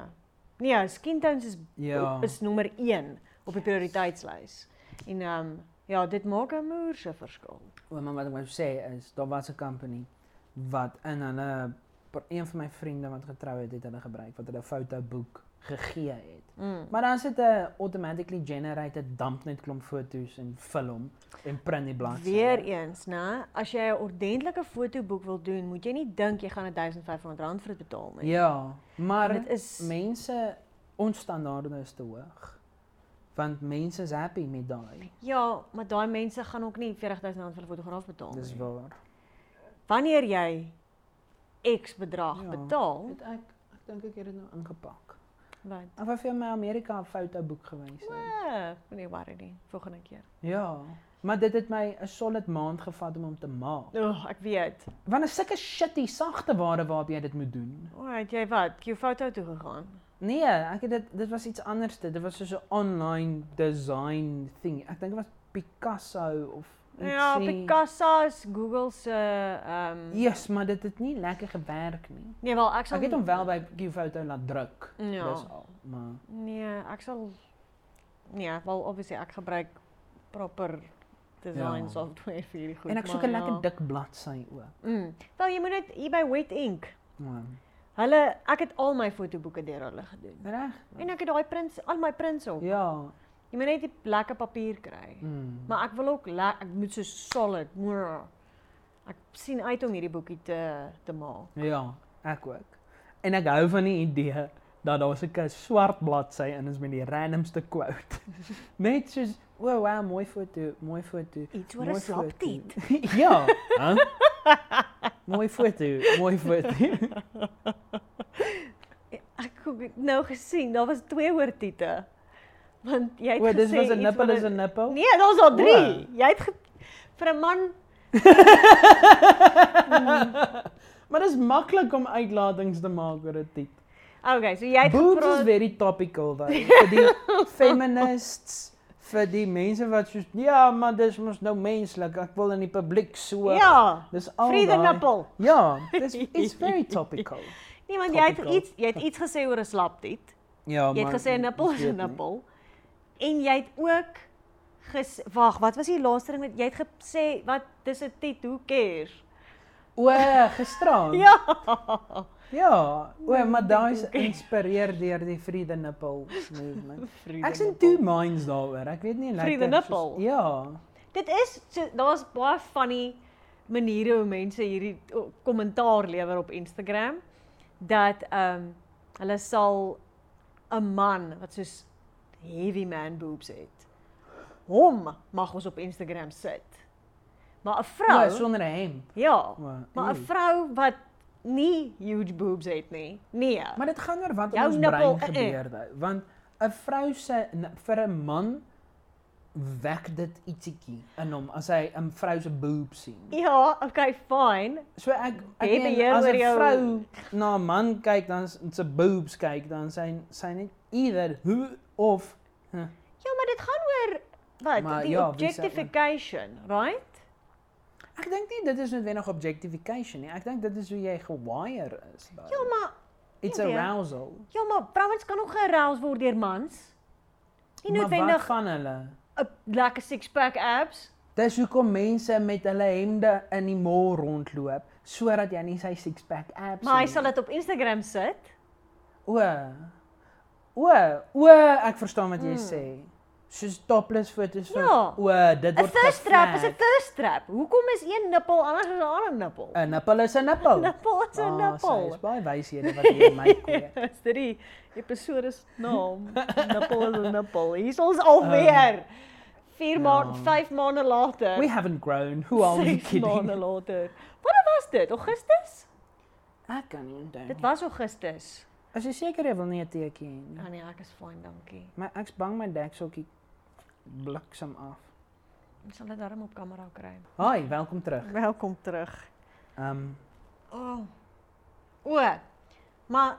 Speaker 1: Nee, skin tones is
Speaker 2: Ja.
Speaker 1: is nommer 1 op die prioriteitslys. En ehm um, ja, dit maak 'n moerse verskil.
Speaker 2: O, maar wat ek wou sê is, daar was 'n company wat in hulle per- een van my vriende wat getrou het, het hulle gebruik wat hulle 'n fotoboek gegee het.
Speaker 1: Mm.
Speaker 2: Maar dan sit 'n automatically generated dump net klomp foto's en vul hom en print die bladsye.
Speaker 1: Weereens, né? As jy 'n ordentlike fotoboek wil doen, moet jy nie dink jy gaan R1500 vir dit betaal nie.
Speaker 2: Ja, maar
Speaker 1: dit is
Speaker 2: mense ons standaarde is te hoog. Want mense is happy met daai.
Speaker 1: Ja, maar daai mense gaan ook nie R40000 vir 'n fotograaf betaal
Speaker 2: Dis
Speaker 1: nie.
Speaker 2: waar.
Speaker 1: Wanneer jy X bedrag
Speaker 2: Ja.
Speaker 1: betaal,
Speaker 2: Het ek ek dink ek het dit nou ingepak.
Speaker 1: wat?
Speaker 2: Of of jy my Amerika 'n foto boek gewys het.
Speaker 1: Eh, nee, worry nie. Volgende keer.
Speaker 2: Ja, maar dit het my 'n solid maand gevat om hom te maak.
Speaker 1: O, oh, ek weet.
Speaker 2: Want is sulke shitty sagte ware waarop jy dit moet doen.
Speaker 1: O, oh, het jy wat? Jou foto toe gegaan.
Speaker 2: Nee, ek het dit dit was iets anders. Dit was so 'n online design thing. Ek dink dit was Picasso of
Speaker 1: Ja,
Speaker 2: ietsie.
Speaker 1: Picasso is Google se ehm
Speaker 2: Yes, maar dit het nie lekker gewerk nie.
Speaker 1: Nee, wel ek sal
Speaker 2: Ek het hom wel by Qfoto laat druk.
Speaker 1: Ja.
Speaker 2: Dis al, maar
Speaker 1: Nee, ek sal Nee, wel obviously ek gebruik proper design
Speaker 2: Ja.
Speaker 1: ja. software vir hierdie goed.
Speaker 2: en ek soek
Speaker 1: maar
Speaker 2: 'n
Speaker 1: ja.
Speaker 2: lekker dik bladsy ook.
Speaker 1: Mm. Wel, jy moet net hier by Wet Ink.
Speaker 2: Maar
Speaker 1: Hulle ek het al my fotoboeke deur hulle gedoen.
Speaker 2: reg.
Speaker 1: En ek het daai prints, al my prints op.
Speaker 2: Ja.
Speaker 1: Jy moet net die lekker papier kry.
Speaker 2: Mm.
Speaker 1: Maar ek wil ook le- ek moet so solid. mwah. Ek sien uit om hierdie boekie te te maak.
Speaker 2: Ja, ek ook. En ek hou van die idee dat daar sulke swart bladsy in is met die randomste quote. Net soos, "O, oh, wow, mooi foto, mooi foto."
Speaker 1: Iets oor
Speaker 2: mooi
Speaker 1: 'n
Speaker 2: foto."
Speaker 1: saptiet.
Speaker 2: ja. Huh? mooi foto, mooi foto.
Speaker 1: Ek het ook nou gesien, daar was twee oortiete. Want jy het
Speaker 2: O, dis
Speaker 1: gesê
Speaker 2: was 'n
Speaker 1: iets
Speaker 2: nippel
Speaker 1: wat
Speaker 2: is 'n nippel.
Speaker 1: Nee, daar's al 3.
Speaker 2: O.
Speaker 1: Jy het ge- vir 'n man
Speaker 2: Maar dis maklik om uitlatings te maak oor 'n tiet.
Speaker 1: Okay, so jy het
Speaker 2: Boobs is
Speaker 1: gepraat
Speaker 2: very topical daai vir die feminists vir die mense wat soos ja, maar dis mos nou menslik. Ek wil in die publiek so.
Speaker 1: Ja,
Speaker 2: Dis al.
Speaker 1: Friede
Speaker 2: daai-
Speaker 1: nippel.
Speaker 2: Ja, dis it's very topical.
Speaker 1: Nee, want jy het
Speaker 2: Topical.
Speaker 1: iets jy het iets gesê oor 'n slaptiet.
Speaker 2: Ja,
Speaker 1: Jy het gesê 'n nippel is 'n nippel. En jy het ook ges Wag, wat was die laaste ding wat jy het gesê wat dis 'n tit who cares?
Speaker 2: O, gisteraan.
Speaker 1: Ja. Nee,
Speaker 2: Ja, o, maar daai is
Speaker 1: Nippel.
Speaker 2: geïnspireer deur die Friede nippel movement.
Speaker 1: Friede
Speaker 2: Ek's in two minds daaroor. Ek weet nie lekker.
Speaker 1: Friede
Speaker 2: soos-
Speaker 1: nippel.
Speaker 2: Ja.
Speaker 1: Dit is so, daar's baie funny maniere hoe mense hierdie o, kommentaar lewer op Instagram dat ehm um, hulle sal 'n man wat soos heavy man boobs het. Hom mag ons op Instagram sit. Maar 'n vrou
Speaker 2: O, sonder 'n hemp.
Speaker 1: ja,
Speaker 2: O,
Speaker 1: maar 'n
Speaker 2: ew.
Speaker 1: vrou wat nie huge boobs het nie. Nee.
Speaker 2: Maar dit gaan oor wat in
Speaker 1: Jou
Speaker 2: ons
Speaker 1: nippel,
Speaker 2: brein
Speaker 1: eh, eh.
Speaker 2: gebeur nou, want 'n 'n vrou se n- vir 'n man wek dit ietsiekie in hom as hy 'n vrou se boob sien.
Speaker 1: Ja, okay, fine.
Speaker 2: So ek
Speaker 1: Het
Speaker 2: ek meen,
Speaker 1: beheer
Speaker 2: as
Speaker 1: oor
Speaker 2: 'n
Speaker 1: jou-
Speaker 2: vrou na 'n man kyk dan s- se boobs kyk dan zijn zijn net either hoe of
Speaker 1: Ja, maar dit gaan oor wat
Speaker 2: Maar
Speaker 1: die
Speaker 2: ja, wie sê-
Speaker 1: objectification, right?
Speaker 2: ek dink nie dit is noodwendig objectification nie. Ek dink dit is hoe jy gewire is. Daar.
Speaker 1: Ja, maar
Speaker 2: It's
Speaker 1: nie weer.
Speaker 2: arousal.
Speaker 1: ja, maar vrouens kan ook geraas word deur mans. Nie
Speaker 2: Maar wat
Speaker 1: noodwendig
Speaker 2: van hulle?
Speaker 1: 'n lekker six-pack abs.
Speaker 2: Dis hoekom mense met hulle hemde in die mall rondloop sodat jy nie sy six-pack abs
Speaker 1: Maar hy
Speaker 2: sien
Speaker 1: sal
Speaker 2: nie.
Speaker 1: dit op Instagram sit.
Speaker 2: o o o ek verstaan wat jy
Speaker 1: Mm.
Speaker 2: sê. Soos topless fotos van
Speaker 1: Ja.
Speaker 2: o dit
Speaker 1: 'n
Speaker 2: word
Speaker 1: Thirst trap is 'n thirst trap. Hoekom is een nippel anders as 'n ander nippel?
Speaker 2: 'n nippel is 'n nippel.
Speaker 1: Nippel is 'n
Speaker 2: Oh. Ah, sy is
Speaker 1: nippel.
Speaker 2: baie wyshede wat jy my kweek.
Speaker 1: Is dit die episode se naam? Nippel is 'n nippel. Hier's ons alweer. 4 maande,
Speaker 2: ja.
Speaker 1: 5 maande later.
Speaker 2: We haven't grown. Who are we
Speaker 1: Ses maande
Speaker 2: kidding?
Speaker 1: later. Wat was dit? Augustus?
Speaker 2: Ek kan nie onthou.
Speaker 1: Dit
Speaker 2: nie.
Speaker 1: was Augustus.
Speaker 2: As jy seker jy wil nie 'n teekie hê nie.
Speaker 1: Ah nee, ek is fyn, dankie.
Speaker 2: Maar ek's bang my dekseltjie bliksem af.
Speaker 1: Ons sal dit darm op kamera kry.
Speaker 2: Hi, welkom terug.
Speaker 1: Welkom terug.
Speaker 2: Ehm um,
Speaker 1: O. Oh. O. Maar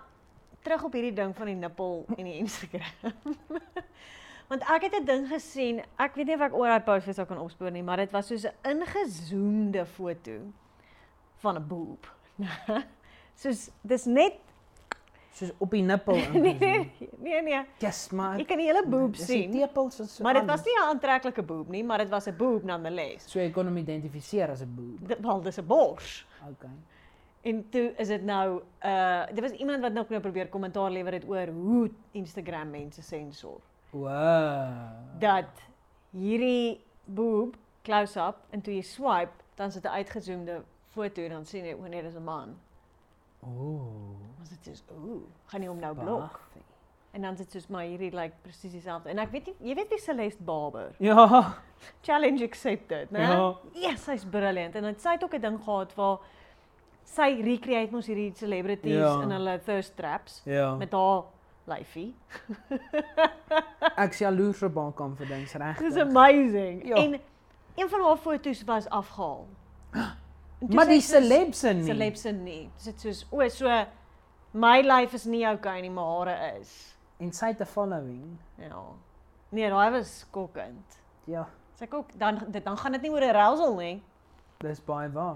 Speaker 1: terug op hierdie ding van die nippel en die Instagram. Want ek het 'n ding gesien. Ek weet nie of ek oor daai post weer sou kan opspoor nie, maar dit was soos 'n ingezoomde foto van 'n boob. soos dis net
Speaker 2: soos op die nippel
Speaker 1: nee
Speaker 2: ingezoom.
Speaker 1: nee nee, nee.
Speaker 2: Yes, maar
Speaker 1: Jy kan die hele boob
Speaker 2: nee, Dis
Speaker 1: sien.
Speaker 2: Die tepels is so
Speaker 1: Maar dit
Speaker 2: anders.
Speaker 1: was nie 'n aantreklike boob nie, maar dit was 'n boob nonetheless.
Speaker 2: so jy kon hom identifiseer as 'n boob.
Speaker 1: Dit wel dis 'n bors.
Speaker 2: Okay.
Speaker 1: En toe is dit nou uh dit was iemand wat nou nou probeer kommentaar lewer het oor hoe Instagram mense sensor.
Speaker 2: Wow.
Speaker 1: Dat hierdie boob close-up en toe jy swipe, dan sit 'n uitgezoomde foto en dan sien jy wanneer dis 'n man.
Speaker 2: Ooh.
Speaker 1: Ons dit is ooh, gaan jy hom nou blok.
Speaker 2: Pragtig.
Speaker 1: En dan sit soos maar hierdie lyk like, presies dieselfde. En ek weet nie, jy weet wie Celeste Barber.
Speaker 2: Ja.
Speaker 1: Challenge accepted, né?
Speaker 2: Ja.
Speaker 1: Yes, sy's brilliant en dit- sy het ook 'n ding gehad waar sy recreate mos hierdie celebrities
Speaker 2: Ja.
Speaker 1: in hulle thirst traps
Speaker 2: Ja.
Speaker 1: met haar lyfie.
Speaker 2: Ek is jaloers op haar confidence
Speaker 1: Dis
Speaker 2: regtig.
Speaker 1: amazing.
Speaker 2: Ja.
Speaker 1: En een van haar foto's was afgehaal. En toe
Speaker 2: Maar
Speaker 1: sê
Speaker 2: die
Speaker 1: sy soos,
Speaker 2: celebs en nie.
Speaker 1: celebs en nie. Dit soos o, so my lyf is nie okay nie, my hare is.
Speaker 2: en sy het 'n following.
Speaker 1: Ja. Nee, daai was skokkend.
Speaker 2: Ja,
Speaker 1: Sy ook dan dit dan gaan dit nie oor arousal nie.
Speaker 2: dis baie waar.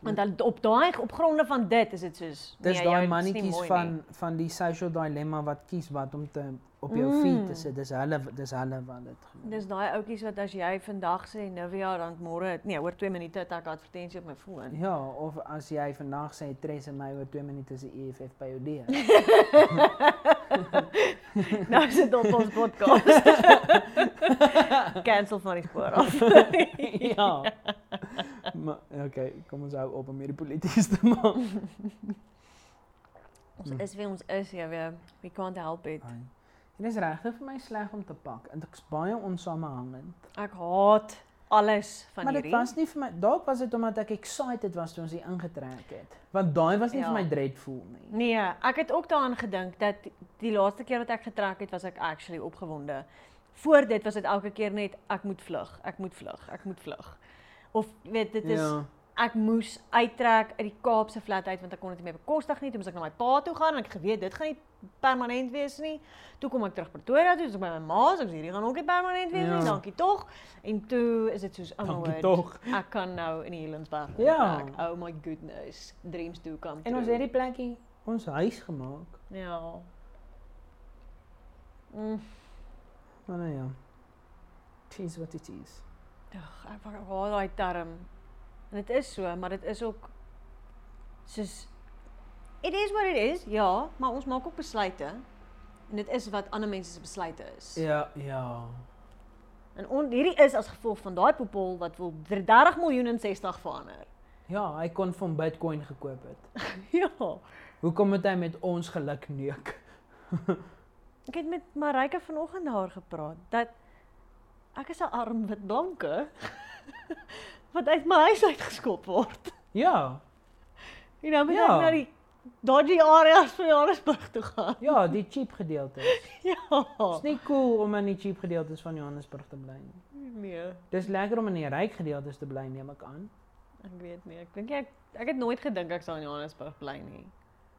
Speaker 1: Nee, Want dan op daai op gronde van dit is dit soos
Speaker 2: Dis
Speaker 1: nee, jou-
Speaker 2: daai
Speaker 1: is nie
Speaker 2: mannetjies
Speaker 1: mooi nie.
Speaker 2: van van die social dilemma wat kies wat om te op jou feed te
Speaker 1: Mm.
Speaker 2: sit. Dis hulle dis hulle wat dit gedoen. het.
Speaker 1: Dis daai ouetjies wat as jy vandag sê Nivea dan môre, nee, oor 2 minute het ek advertensie op my foon.
Speaker 2: Ja, of as jy vandag sê tres en my oor 2 minute se EFF by jou leer.
Speaker 1: nou is dit op ons podcast. Cancel van die spoor af.
Speaker 2: ja. maar okay, kom ons hou op om hierdie polities te maak.
Speaker 1: ons is wie ons is, jy weet. We can't help it.
Speaker 2: Ai. Dit is regtig vir my sleg om te pak en ek's baie onsamehangend.
Speaker 1: Ek haat alles van
Speaker 2: Maar dit
Speaker 1: hierdie.
Speaker 2: was nie vir my dalk was dit omdat ek excited was toe ons hier ingetrek het. Want daai was nie
Speaker 1: Ja.
Speaker 2: vir my dreadful nie.
Speaker 1: Nee, ek het ook daaraan gedink dat die laaste keer wat ek getrek het, was ek actually opgewonde. Voor dit was dit elke keer net ek moet vlug, ek moet vlug, ek moet vlug. Of jy weet dit is
Speaker 2: ja.
Speaker 1: ek moes uittrek uit die Kaapse flat uit want ek kon dit nie meer bekostig nie. Toe moes ek na my pa toe gaan en ek het geweet dit gaan nie permanent wees nie. Toe kom ek terug Pretoria toe, toe was ek by my ma, so ek sê hierdie gaan ook nie permanent wees
Speaker 2: Ja.
Speaker 1: nie. Dankie tog. En toe is dit soos oh my
Speaker 2: Dankie
Speaker 1: word,
Speaker 2: tog.
Speaker 1: Ek kan nou in die Helandsberg
Speaker 2: Ja.
Speaker 1: trek. Oh my goodness. Dreams do come true.
Speaker 2: En ons het die plekkie ons huis gemaak.
Speaker 1: ja. Mm,
Speaker 2: Maar nou ja. Cheese wat dit is.
Speaker 1: ag, ek haal daai term. En dit is so, maar dit is ook soos it is what it is. Ja, maar ons maak ook besluite. En dit is wat ander mense se besluite is.
Speaker 2: Ja, ja.
Speaker 1: En on, hierdie is as gevolg van daai popol wat wil 30 miljoen en 60 verander.
Speaker 2: Ja, hy kon van Bitcoin gekoop het.
Speaker 1: ja.
Speaker 2: Hoekom het hy met ons geluk neuk?
Speaker 1: Ek het met Marika vanoggend haar gepraat dat ek is 'n arm wit blanke wat uit my huis uitgeskop word.
Speaker 2: Ja,
Speaker 1: En nou moet
Speaker 2: Ja.
Speaker 1: ek na die daardie areas van Johannesburg toe gaan.
Speaker 2: Ja, die cheap gedeeltes.
Speaker 1: Ja.
Speaker 2: Is nie cool om in die cheap gedeeltes van Johannesburg te bly nie.
Speaker 1: Nee,
Speaker 2: Dis lekker om in die ryk gedeeltes te bly, neem ek aan,
Speaker 1: ek weet nie. Ek dink ek ek het nooit gedink ek sal in Johannesburg bly nie.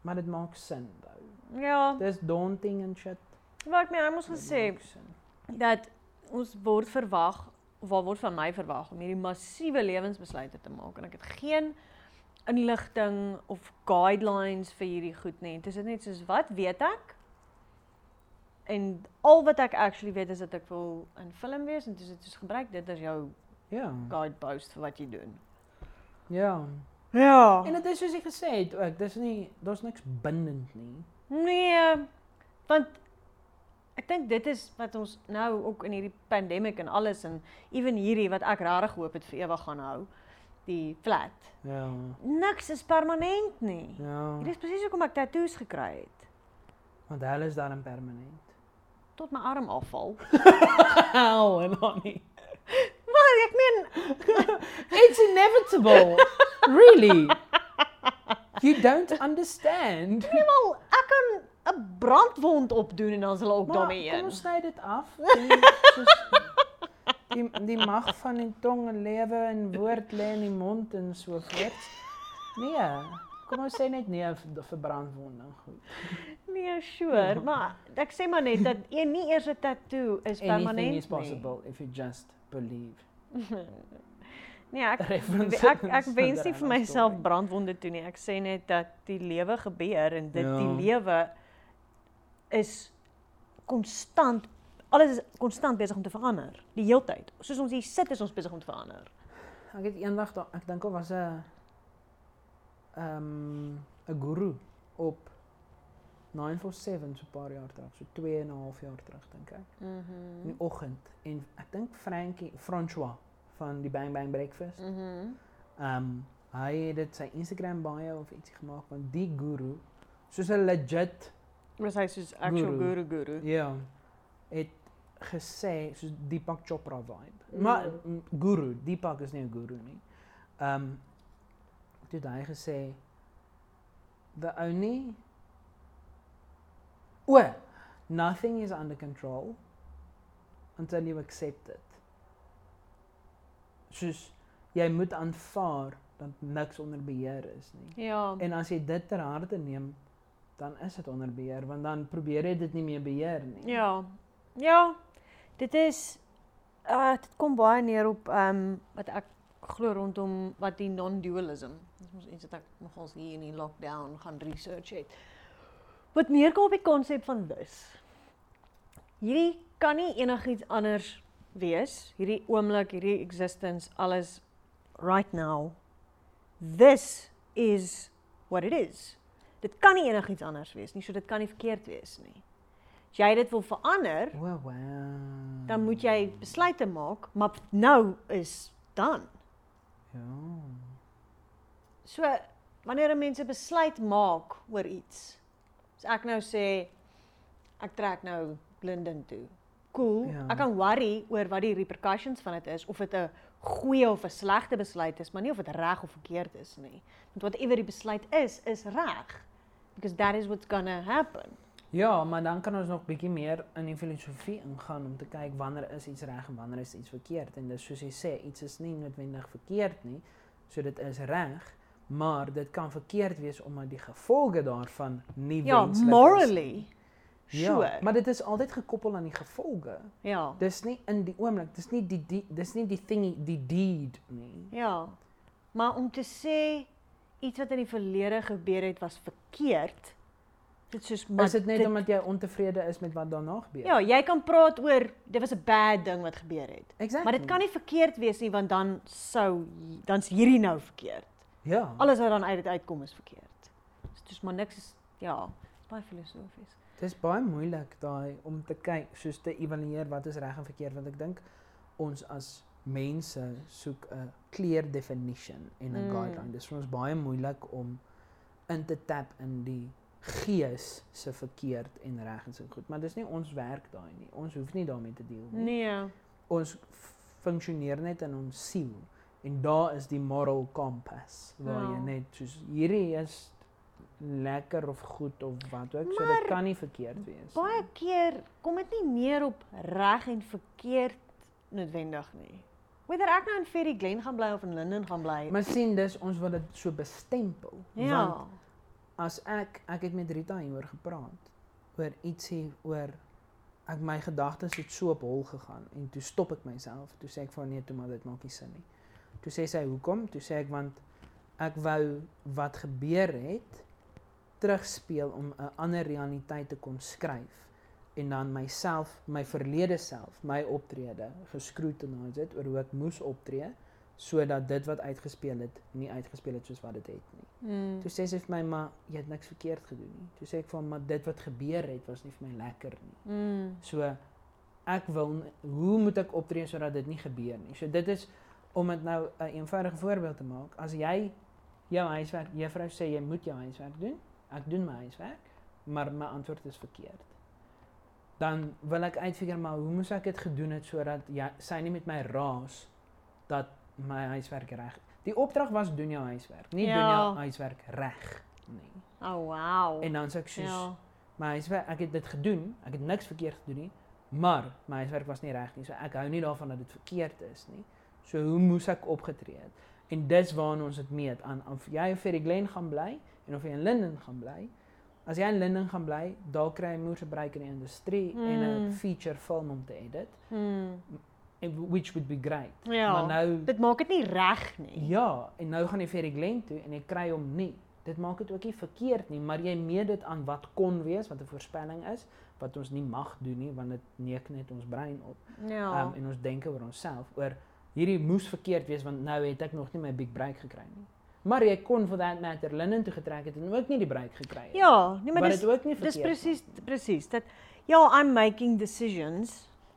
Speaker 2: maar dit maak sin though.
Speaker 1: Ja,
Speaker 2: Dis daunting en shit.
Speaker 1: maar ek meen, hy moes
Speaker 2: maar dit
Speaker 1: gesê
Speaker 2: maak sin.
Speaker 1: dat ons word verwag, of wat word van my verwag om hierdie massiewe lewensbesluite te maak en ek het geen inligting of guidelines vir hierdie goed nie. Dit is dit net soos wat weet ek? En al wat ek actually weet is dat ek wil in film wees en dis dit soos gebruik dit as jou
Speaker 2: Ja.
Speaker 1: guidepost vir wat jy doen.
Speaker 2: Ja.
Speaker 1: Ja.
Speaker 2: En dit is soos ek gesê het ook, dis nie daar's niks bindend nie.
Speaker 1: Nee, ehm, want ek dink dit is wat ons nou ook in hierdie pandemic en alles en ewen hierdie wat ek regtig hoop het vir ewig gaan hou, die flat.
Speaker 2: Ja.
Speaker 1: Niks is permanent nie.
Speaker 2: Ja.
Speaker 1: Dit is presies hoekom ek tattoos gekry het.
Speaker 2: Want hulle is daarin permanent.
Speaker 1: Tot my arm afval.
Speaker 2: Hel en dan nie.
Speaker 1: Maar ek meen,
Speaker 2: It's inevitable. really. You don't understand.
Speaker 1: nee wel, ek kan 'n brandwond opdoen en dan is hulle ook
Speaker 2: Maar
Speaker 1: daarmee
Speaker 2: kom
Speaker 1: heen.
Speaker 2: ons sny dit af. Die, soos, die, die mag van die tong en lewe en woord lê in die mond en so voort. Nee. Kom ons sê net nee vir vir brandwonde. Goed.
Speaker 1: Nee, sure,
Speaker 2: Ja.
Speaker 1: maar ek sê maar net dat een nie eers 'n tattoo is
Speaker 2: Anything
Speaker 1: permanent
Speaker 2: is possible if you just believe.
Speaker 1: nie. Nee, ek
Speaker 2: Reference
Speaker 1: ek ek
Speaker 2: sonder
Speaker 1: wens nie vir
Speaker 2: Anna
Speaker 1: myself
Speaker 2: Story.
Speaker 1: brandwonde toe nie. Ek sê net dat die lewe gebeur en dit die
Speaker 2: Ja.
Speaker 1: lewe is konstant alles is konstant besig om te verander. Die heeltyd. Soos ons hier sit is ons besig om te verander.
Speaker 2: Ek het eendag da- ek dink al was 'n ehm 'n guru op 947 so 'n paar jaar terug, so 2 en 'n half jaar terug dink ek. In
Speaker 1: Mhm.
Speaker 2: die oggend en ek dink Frankie François van die Bang Bang Breakfast.
Speaker 1: Mhm.
Speaker 2: Ehm hy het dit sy Instagram bio of ietsie gemaak van die guru soos 'n legit
Speaker 1: Was hy soos actual
Speaker 2: Guru.
Speaker 1: guru guru.
Speaker 2: ja het gesê soos Deepak Chopra vibe. Maar mm, guru, Deepak is nie 'n guru nie. Ehm um, toe het hy gesê the only o nothing is under control until you accept it. Soos jy moet aanvaar dat niks onder beheer is nie.
Speaker 1: Ja.
Speaker 2: En as jy dit ter harte neem, dan is dit onder beheer want dan probeer jy dit nie meer beheer nie.
Speaker 1: Ja. Ja. Dit is uh dit kom baie neer op ehm um, wat ek glo rondom wat die non-dualism. Dit is iets wat ek nogals hier in die lockdown gaan research het. Wat neerkom op die konsep van lus. Hierdie kan nie enigiets anders wees. Hierdie oomblik, hierdie existence, alles right now. This is what it is. Dit kan nie enigiets anders wees nie, so dit kan nie verkeerd wees nie. As jy dit wil verander,
Speaker 2: O, wow.
Speaker 1: dan moet jy besluite maak, maar nou is dan.
Speaker 2: Ja.
Speaker 1: So wanneer 'n mens 'n besluit maak oor iets. As ek nou sê ek trek nou Linden toe. Cool.
Speaker 2: Ja.
Speaker 1: Ek kan worry oor wat die repercussions van dit is of dit 'n goeie of 'n slegte besluit is, maar nie of dit reg of verkeerd is nie. Want whatever die besluit is, is reg. Because that is what's going to happen.
Speaker 2: Ja, maar dan kan ons nog bietjie meer in die filosofie ingaan om te kyk wanneer is iets reg en wanneer is iets verkeerd. En dis soos jy sê, iets is nie noodwendig verkeerd nie. So dit is reg, maar dit kan verkeerd wees omdat die gevolge daarvan nie
Speaker 1: Ja,
Speaker 2: wenslik is nie.
Speaker 1: morally. Sure.
Speaker 2: Ja, maar dit is altyd gekoppel aan die gevolge.
Speaker 1: ja.
Speaker 2: Dis nie in die oomblik, dis nie die, die dis nie die thingy, die deed nie.
Speaker 1: Ja. Maar om te sê iets wat in die verlede gebeur het was verkeerd. Dit soos maar
Speaker 2: Maar is dit net
Speaker 1: dit-
Speaker 2: omdat jy ontevrede is met wat daarna gebeur?
Speaker 1: Ja, jy kan praat oor dit was 'n bad ding wat gebeur het.
Speaker 2: exactly.
Speaker 1: Maar dit kan nie verkeerd wees nie want dan sou hi- dan's hierdie nou verkeerd.
Speaker 2: Ja.
Speaker 1: Alles wat dan uit dit uitkom is verkeerd. Dus dit is maar niks is ja, is baie filosofies.
Speaker 2: Dit is baie moeilik daai om te kyk, soos te evalueer wat is reg en verkeerd want ek dink ons as mense soek 'n clear definition en 'n
Speaker 1: Mm.
Speaker 2: guideline. Dis vir ons baie moeilik om in te tap in die gees se verkeerd en reg en so goed, maar dis nie ons werk daai nie. Ons hoef nie daarmee te deel nie.
Speaker 1: Nee.
Speaker 2: ons f- funksioneer net in ons siel en daar is die moral kompas waar jy
Speaker 1: Ja.
Speaker 2: net soos hierdie is lekker of goed of wat ook. So
Speaker 1: Maar
Speaker 2: dit kan nie verkeerd wees. nie.
Speaker 1: Baie keer kom dit nie neer op reg en verkeerd noodwendig nie. Whether ek nou in Ferry Glen gaan bly of in Linden gaan bly.
Speaker 2: Maar sien dis ons wil dit so bestempel.
Speaker 1: ja.
Speaker 2: Want as ek ek het met Rita hieroor gepraat oor ietsie oor ek my gedagtes het so op hol gegaan en toe stop ek myself. Toe sê ek vir haar, nee, toe maar dit maak nie sin nie. Toe sê sy hoekom? Toe sê ek want ek wou wat gebeur het terugspeel om 'n ander realiteit te kon skryf en dan myself, my verlede self, my optrede gescrutinise het oor hoe ek moes optree sodat dit wat uitgespeel het nie uitgespeel het soos wat dit het nie.
Speaker 1: Mm.
Speaker 2: Toe sê sy vir my, "Maar jy het niks verkeerd gedoen nie." Toe sê ek vir hom, "Maar dit wat gebeur het was nie vir my lekker nie."
Speaker 1: Mm.
Speaker 2: So ek wil n- hoe moet ek optree sodat dit nie gebeur nie. So dit is om dit nou 'n eenvoudige voorbeeld te maak. As jy jou huiswerk, juffrou sê jy moet jou huiswerk doen. Ek doen my huiswerk, maar my antwoord is verkeerd. Dan wil ek uitfigure maar hoe moes ek dit gedoen het sodat jy sy nie met my raas dat my huiswerk reg. Die opdrag was doen jou huiswerk, nie doen jou
Speaker 1: Ja.
Speaker 2: huiswerk reg nie.
Speaker 1: Oh wow.
Speaker 2: En dan sê ek soos
Speaker 1: ja.
Speaker 2: my huiswerk, ek het dit gedoen, ek het niks verkeerd gedoen nie, maar my huiswerk was nie reg nie. So ek hou nie daarvan dat dit verkeerd is nie. So hoe moes ek opgetree het? En dis waarna ons dit meet aan of jy in Ferry Glen gaan bly en of jy in Linden gaan bly. As jy in Linden gaan bly, daar kry jy moeë gebruik in die industrie en 'n
Speaker 1: Mm.
Speaker 2: feature film om te edit,
Speaker 1: Mm.
Speaker 2: en- which would be great.
Speaker 1: Ja.
Speaker 2: Maar nou
Speaker 1: Dit maak dit nie reg nie.
Speaker 2: ja, en nou gaan jy vir die Glen toe en jy kry hom nie. Dit maak dit ook nie verkeerd nie, maar jy meet dit aan wat kon wees, wat 'n voorspelling is, wat ons nie mag doen nie want dit neek net ons brein op.
Speaker 1: Ja.
Speaker 2: Ehm en ons denke oor onsself oor hierdie moes verkeerd wees want nou het ek nog nie my big break gekry nie. Maar jy kon for that matter Linnen toe getrek het en ook nie die break gekry het. nie.
Speaker 1: ja, nee, maar
Speaker 2: wat
Speaker 1: dis
Speaker 2: dit ook nie verkeerd.
Speaker 1: dis
Speaker 2: maak
Speaker 1: presies
Speaker 2: nie.
Speaker 1: presies dat ja, I'm making decisions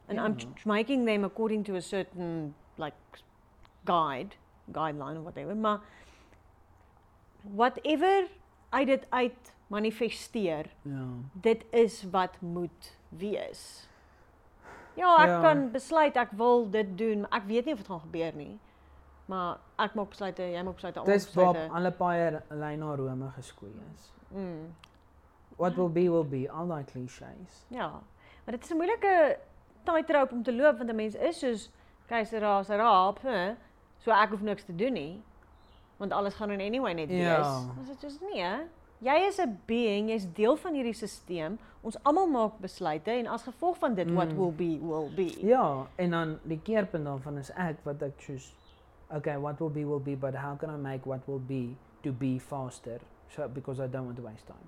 Speaker 1: and I'm
Speaker 2: Ja.
Speaker 1: ch- making them according to a certain like guide, guideline or whatever, maar whatever uit dit uit manifesteer,
Speaker 2: Ja.
Speaker 1: dit is wat moet wees. Ja, ek
Speaker 2: Ja.
Speaker 1: kan besluit ek wil dit doen, maar ek weet nie of dit gaan gebeur nie. Maar ek maak besluite, jy maak besluite, almal
Speaker 2: Dis
Speaker 1: maak
Speaker 2: waar
Speaker 1: besluite.
Speaker 2: alle paai lyn na Rome geskoei is.
Speaker 1: Mm.
Speaker 2: What will be will be, all that clichés.
Speaker 1: Ja, maar dit is 'n moeilike tightrope om te loop want 'n mens is soos keiseraas raap, hè? So ek hoef niks te doen nie. Want alles gaan in anyway net wees.
Speaker 2: Ja.
Speaker 1: Ons dit is nie, hè? Jy is 'n being, jy's deel van hierdie stelsel. Ons almal maak besluite en as gevolg van dit what
Speaker 2: Mm.
Speaker 1: will be will be.
Speaker 2: Ja, en dan die keerpunt daarvan is ek wat ek soos okay, what will be will be, but how can I make what will be to be faster? So because I don't want to waste time.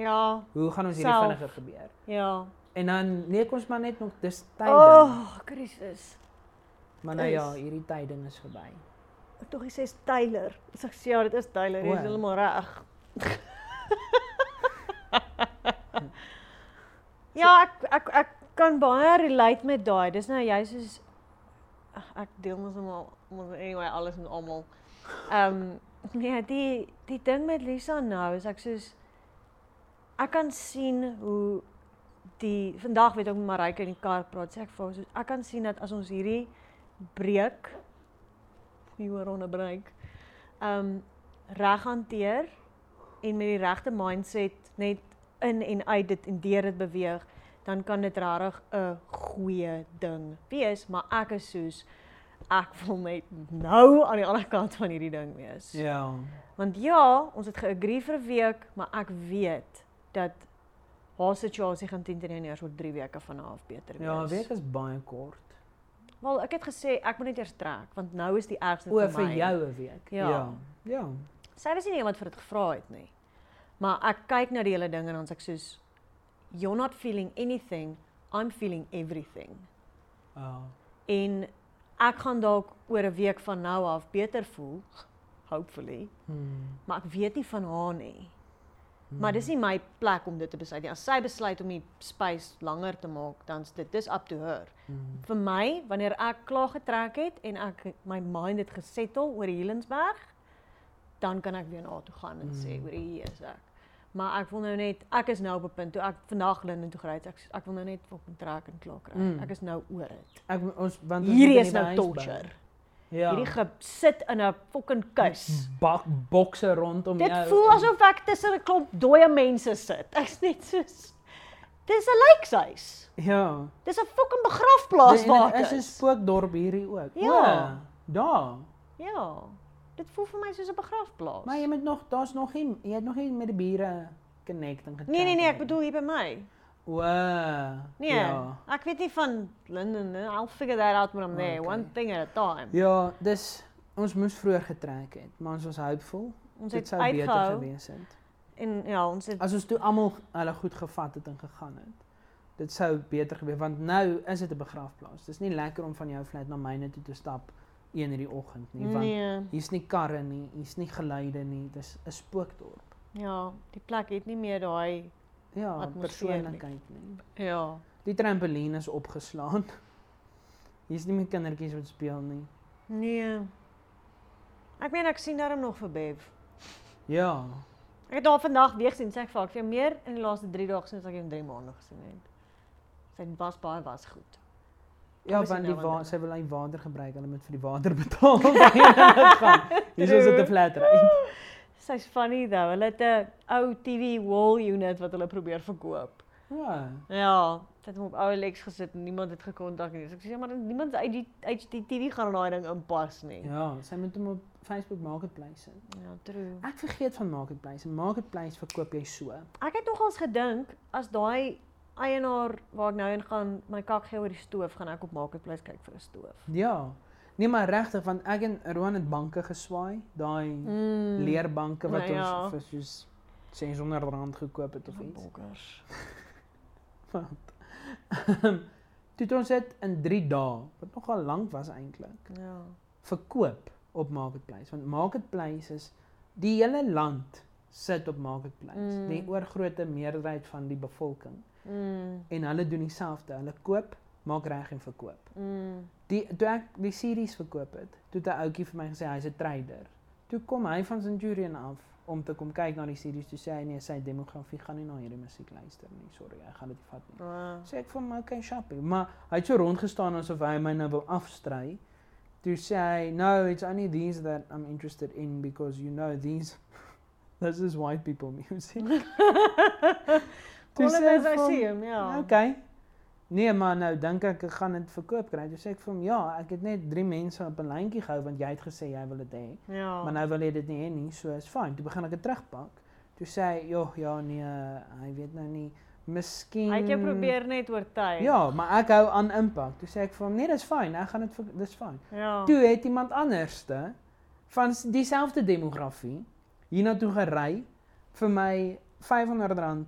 Speaker 1: Ja,
Speaker 2: Hoe gaan ons hierdie
Speaker 1: Self.
Speaker 2: vinniger gebeur?
Speaker 1: ja.
Speaker 2: En dan leek ons maar net nog dis tyding.
Speaker 1: Oh, Christus.
Speaker 2: maar nou ja,
Speaker 1: is-
Speaker 2: hierdie tyding is verby.
Speaker 1: Ek tog gesê is Tyler. Ek sê ja, dit is Tyler. Jy's
Speaker 2: O.
Speaker 1: heeltemal reg. ja, ek ek ek kan baie relate met daai. Dis nou jy soos ag, ek deel mos almal mos anyway alles met almal. Ehm nee, die die ding met Lisa nou is ek soos ek kan sien hoe die vandag weet ek met Marika in die kar praat, sê ek vir haar soos ek kan sien dat as ons hierdie breek hieroor onderbreek. Um reg hanteer en met die regte mindset net in en uit dit en deur dit beweeg, dan kan dit regtig 'n goeie ding wees, maar ek is soos ek wil net nou aan die ander kant van hierdie ding wees.
Speaker 2: Ja.
Speaker 1: Want ja, ons het geagree vir 'n week, maar ek weet dat haar situasie gaan teen teen eers oor 3 weke van haar af beter wees.
Speaker 2: Ja, 'n week is baie kort.
Speaker 1: Wel, ek het gesê ek moet net eers trek want nou is die ergste
Speaker 2: O,
Speaker 1: vir my.
Speaker 2: vir jou 'n week.
Speaker 1: Ja.
Speaker 2: Ja. ja.
Speaker 1: Sy was nie iemand vir dit gevra het nie. Maar ek kyk na die hele ding en dan sê ek soos you're not feeling anything, I'm feeling everything.
Speaker 2: Ja.
Speaker 1: En ek gaan dalk oor 'n week van nou af beter voel, hopefully,
Speaker 2: Hmm.
Speaker 1: maar ek weet nie van haar nie. Maar dis nie my plek om dit te besluit nie. As sy besluit om die space langer te maak, dan's dit dis up to her.
Speaker 2: Hmm.
Speaker 1: Vir my, wanneer ek klaar getrek het en ek my mind het gesettle oor Helensberg, dan kan ek weer na toe gaan en sê
Speaker 2: Mm.
Speaker 1: oor hier is ek. Maar ek wil nou net ek is nou op 'n punt toe ek vandag Linden toe gery het. Ek ek wil nou net op 'n trek en klaar kry.
Speaker 2: Mm.
Speaker 1: Ek is nou oor dit.
Speaker 2: Ek ons want ons moet
Speaker 1: Hierdie
Speaker 2: in
Speaker 1: is
Speaker 2: die
Speaker 1: nou
Speaker 2: huis bou.
Speaker 1: torture.
Speaker 2: Ja. Hmm.
Speaker 1: Hierdie gip sit in 'n fucking kus.
Speaker 2: bak bokse rondom
Speaker 1: Dit
Speaker 2: jou.
Speaker 1: voel asof ek tussen 'n klomp dooie mense sit. Ek's net soos Dis 'n lijkhuis.
Speaker 2: Ja.
Speaker 1: Dis 'n fucking begrafplaas
Speaker 2: Nee, En
Speaker 1: waar
Speaker 2: dit
Speaker 1: ek
Speaker 2: is 'n
Speaker 1: is.
Speaker 2: spookdorp hierdie ook.
Speaker 1: Ja.
Speaker 2: Daar.
Speaker 1: Ja. Dit voel vir my soos 'n begrafplaas.
Speaker 2: Maar jy moet nog daar's nog nie jy het nog nie met die bure connecting gekry.
Speaker 1: Nee nee nee, ek bedoel hier by my.
Speaker 2: Wow.
Speaker 1: Nee.
Speaker 2: Ja.
Speaker 1: Ek weet nie van Linden nie. I'll figure that out when I'm there,
Speaker 2: Okay.
Speaker 1: one thing at a time.
Speaker 2: Ja, dis ons moes vroeër getrek het, maar ons was hoopvol.
Speaker 1: Ons
Speaker 2: Dit
Speaker 1: het
Speaker 2: sou beter
Speaker 1: uitgehou
Speaker 2: gewees het.
Speaker 1: en ja, ons het
Speaker 2: As ons toe almal hulle goed gevat het en gegaan het. Dit sou beter gewees want nou is dit 'n begrafplaas. Dis nie lekker om van jou flat na myne toe te stap 1 in die oggend nie, want
Speaker 1: Nee,
Speaker 2: hier's nie karre nie, hier's nie geluide nie. Dis 'n spookdorp.
Speaker 1: ja, die plek het nie meer daai
Speaker 2: Ja,
Speaker 1: Atmosfeer nie.
Speaker 2: persoonlikheid nie.
Speaker 1: ja.
Speaker 2: Die trampoline is opgeslaan. Hier's nie meer kindertjies wat speel nie.
Speaker 1: Nee. Ek meen ek sien daarom nog vir Bev.
Speaker 2: Ja.
Speaker 1: Ek het haar vandag weer gesien, sê ek vir haar, ek het jou meer in die laaste 3 dae gesien as ek jou in 3 maande gesien het. Sy was baie was goed.
Speaker 2: Ja,
Speaker 1: is die
Speaker 2: want die
Speaker 1: nou aan
Speaker 2: wa
Speaker 1: doen?
Speaker 2: sy wil hy water gebruik, hulle moet vir die water betaal. wanneer hulle gaan. Hier is dit 'n
Speaker 1: True.
Speaker 2: flat rate.
Speaker 1: Sy's funny though. Hulle het 'n ou TV wall unit wat hulle probeer verkoop.
Speaker 2: Ja.
Speaker 1: Ja, dit het hom op OLX gesit en niemand het gekontak nie. So ek sê ja, maar niemand se uit die uit die TV gaan in daai ding inpas nie. Ja,
Speaker 2: Ja, sy moet hom op Facebook Marketplace sit.
Speaker 1: ja true.
Speaker 2: Ek vergeet van Marketplace. En Marketplace verkoop jy so.
Speaker 1: Ek het nogals gedink as daai eienaar waar ek nou in gaan my kak gee oor die stoof gaan ek op marketplace kyk vir 'n stoof.
Speaker 2: Ja. Nee, maar regtig want ek en Roan het banke geswaai, daai
Speaker 1: Mm.
Speaker 2: leerbanke wat
Speaker 1: Nou ja.
Speaker 2: ons vir soos 600 rand gekoop het of iets.
Speaker 1: bokkers.
Speaker 2: ehm, Toe het ons dit in 3 dae, wat nogal lank was eintlik,
Speaker 1: Ja.
Speaker 2: verkoop op Marketplace. Want Marketplace is die hele land sit op Marketplace.
Speaker 1: Mm.
Speaker 2: Die oorgrootste meerderheid van die bevolking
Speaker 1: Mm.
Speaker 2: en hulle doen dieselfde. Hulle koop, maak reg en verkoop.
Speaker 1: Mm.
Speaker 2: Die toe ek die series verkoop het, toe het 'n ouetjie vir my gesê hy's 'n trader. Toe kom hy van Centurion af om te kom kyk na die series. Toe sê hy nee, sy demografie gaan nie na hierdie musiek luister nie. Sorry, ek gaan dit nie vat nie.
Speaker 1: Ah.
Speaker 2: Sê ek vir hom, "Okay, Shappie." Maar hy het so rondgestaan asof hy my nou wil afstry. Toe sê hy, "No, it's only these that I'm interested in because you know these this is white people music."
Speaker 1: All of
Speaker 2: sê hy
Speaker 1: us I
Speaker 2: vir hom,
Speaker 1: see him, ja.
Speaker 2: Okay. Nee, maar nou dink ek ek gaan dit verkoop kry. Toe sê ek vir hom, "Ja, ek het net 3 mense op 'n lyntjie gehou want jy het gesê jy wil dit hê."
Speaker 1: Ja.
Speaker 2: Maar nou wil jy dit nie hê nie, so is fyn. Toe begin ek dit terugpak. Toe sê hy, "Ja, ja, nee, hy weet nou nie. Miskien
Speaker 1: Hy het jou probeer net oortuig.
Speaker 2: Ja, maar ek hou aan impak. Toe sê ek vir hom, nee, dis fyn, ek gaan dit vir- dis fyn.
Speaker 1: Ja.
Speaker 2: Toe het iemand anderste van s- dieselfde demografie hiernatoe gery vir my R500